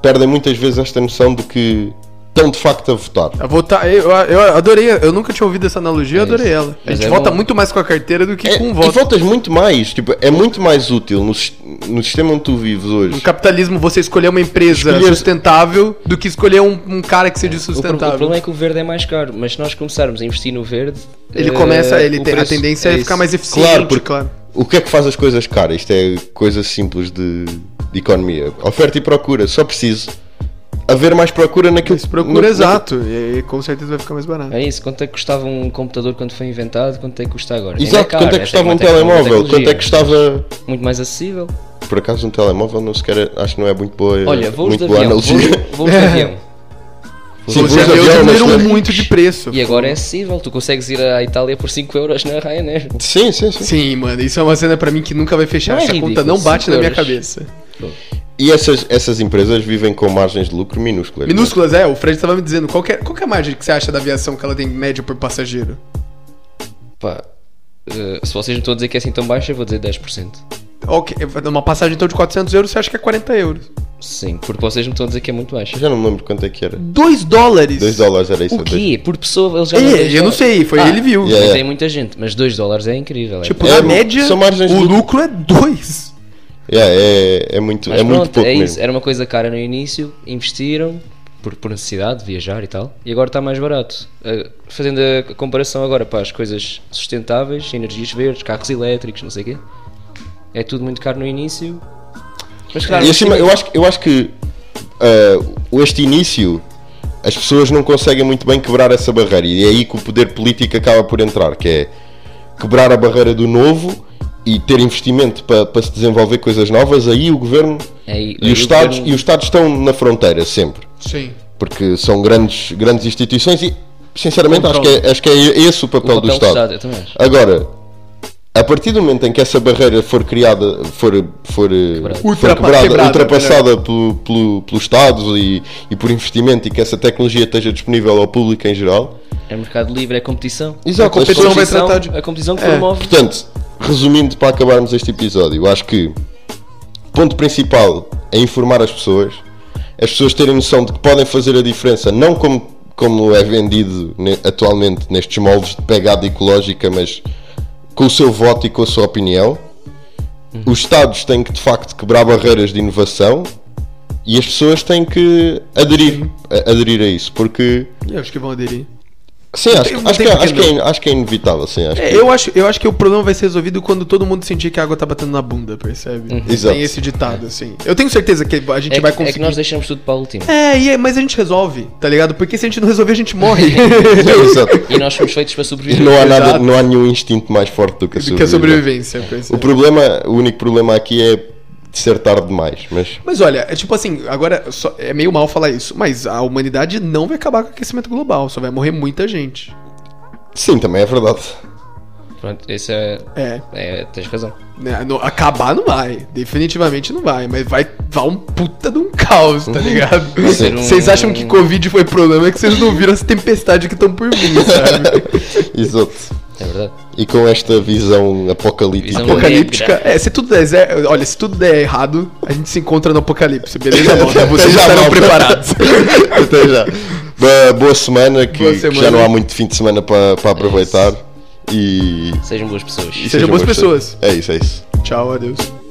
perdem muitas vezes esta noção de que estão de facto a votar.
A votar, eu, eu adorei, eu nunca tinha ouvido essa analogia, eu
É
adorei
isso.
ela. A
Mas
gente
é
vota
bom.
muito mais com a carteira do que
É,
com o
e
voto.
votas muito mais, tipo, é muito mais útil no, sis- no sistema onde tu vives hoje.
No capitalismo, você escolher uma empresa
Escolher-
sustentável do que escolher um, um cara que seja
O, pro- o
sustentável.
problema é que o verde é mais caro, mas se nós começarmos a investir no verde.
Ele
eh,
começa, ele
o
tem, a
preço
tendência é,
isso.
ficar mais eficiente.
Claro, porque- O que é que faz as coisas caras? Isto é coisa simples de, de economia. Oferta e procura, só preciso haver mais procura naquilo
Mas procura
na-
exato, e, e com certeza vai ficar mais barato.
É isso, quanto é que custava um computador quando foi inventado, quanto é que custa agora?
na-
Ainda
Exato,
caro,
quanto é
essa
que custava
uma
um
tec- uma
telemóvel? Quanto é que
tecnologia
custava.
Muito mais acessível.
Por acaso um telemóvel não sequer acho que não é muito boa.
Olha, voos
muito
de
boa
avião. Voos,
(laughs) analogia.
voos de
(laughs)
avião.
Sim,
Os
voos de
aviões
avião, mas
diminuíram
claro.
muito de preço.
E agora é acessível, tu consegues ir à Itália por 5€ euros na Ryanair.
Sim, sim, sim.
Sim, mano, isso é uma cena pra mim que nunca vai fechar.
Não é
Essa conta
ridículo,
não bate na
cinco
minha
euros.
cabeça.
E essas, essas empresas vivem com margens de lucro minúsculas. não é?
Minúsculas, é, o Fred tava me dizendo, qual que é, qual que é a margem que você acha da aviação que ela tem média por passageiro?
Pá, eh, se vocês me estão a dizer que é assim tão baixo, eu vou dizer 10%.
Ok, uma passagem então de 400 euros, você acha que é 40 euros.
Sim, porque vocês me estão a dizer que é muito baixo.
Já não me lembro quanto é que era.
2 dólares?
2 dólares era isso.
Hum. O
ou dois?
quê? Por pessoa, eles já
É,
dão dois
eu não
dólares.
sei, foi
Ah,
ele viu.
Yeah.
Tem muita gente, mas 2 dólares é incrível. é.
Tipo,
É,
na média,
são margens
o
de
lucro é 2.
Yeah, é, é muito,
Mas
é
pronto,
muito pouco
é isso.
mesmo.
Era uma coisa cara no início, investiram por, por necessidade de viajar e tal, e agora está mais barato. Uh, fazendo a comparação agora para as coisas sustentáveis, energias verdes, carros elétricos, não sei o quê, é tudo muito caro no início. Mas claro,
E acima, eu acho, que- eu acho que ah, o este início as pessoas não conseguem muito bem quebrar essa barreira e é aí que o poder político acaba por entrar, que é quebrar a barreira do novo e ter investimento para se desenvolver coisas novas, aí o governo
Aí-
e,
aí
os
o
estados,
governo-
e os estados estão na fronteira sempre,
Sim.
porque são grandes, grandes instituições e sinceramente acho que, é, acho que é esse o papel,
o papel
do Estado.
eu também acho.
Agora, a partir do momento em que essa barreira for criada, for, for, eh, for
Ultrapa-
quebrada,
quebrada,
ultrapassada pelo, pelo, pelos Estados e, e por investimento e que essa tecnologia esteja disponível ao público em geral,
É mercado livre, é competição.
Exato,
A competição,
a competição
vai tratar de-
A competição que
É.
promove.
portanto, resumindo para acabarmos este episódio, eu acho que o ponto principal é informar as pessoas, as pessoas terem noção de que podem fazer a diferença, não como, como é vendido ne- atualmente nestes moldes de pegada ecológica, mas com o seu voto e com a sua opinião.
Uhum.
Os Estados têm que de facto quebrar barreiras de inovação e as
Uhum.
pessoas têm que aderir, a- aderir a isso, porque
E acho que vão aderir.
Sim, acho,
tem-
acho,
não tem
que,
por que
acho, que é,
não.
in- acho que é inevitável, sim. Acho
É,
que-
eu acho, eu acho que o problema vai ser resolvido quando todo mundo sentir que a água tá batendo na bunda, percebe?
Uhum. Exato.
Tem esse ditado, assim. Eu tenho certeza que a gente vai
É, que- é que
conseguir.
nós deixamos tudo para o último.
É, e é, mas a gente resolve, tá ligado? Porque se a gente não resolver, a gente (laughs) morre.
é, (laughs) Exato.
E nós fomos feitos para
E
sobreviver.
não há, nada,
Exato.
não há nenhum instinto mais forte do que a
Do que a
sobrevivência.
sobrevivência,
O
percebe?
problema, o único problema aqui é ser tarde demais, mas
Mas olha, é tipo assim, agora só- é meio mal falar isso, mas a humanidade não vai acabar com o aquecimento global, só vai morrer muita gente.
sim, também é verdade. (laughs)
Pronto, esse é,
É,
é. Tens razão.
né, não- acabar não vai, definitivamente não vai, mas vai, vai um puta de um caos, tá ligado?
(laughs) ser um-
Vocês acham que Covid foi problema, é que vocês não viram as tempestades que estão por vir,
(laughs)
sabe?
Exato.
É verdade.
E com esta visão apocalíptica.
Visão
Apocalíptica. É, se tudo der, zer- olha, se tudo der errado, a gente se encontra no apocalipse, beleza,
(laughs)
malta? Vocês
Até já,
estarão
malta.
preparados. (laughs)
(laughs) Até já. Boa- Boa semana, que,
Boa
que
semana. É
já não há muito fim de semana para para aproveitar. E.
Sejam boas pessoas.
e
Sejam boas pessoas.
É isso, é isso.
Tchau, adeus.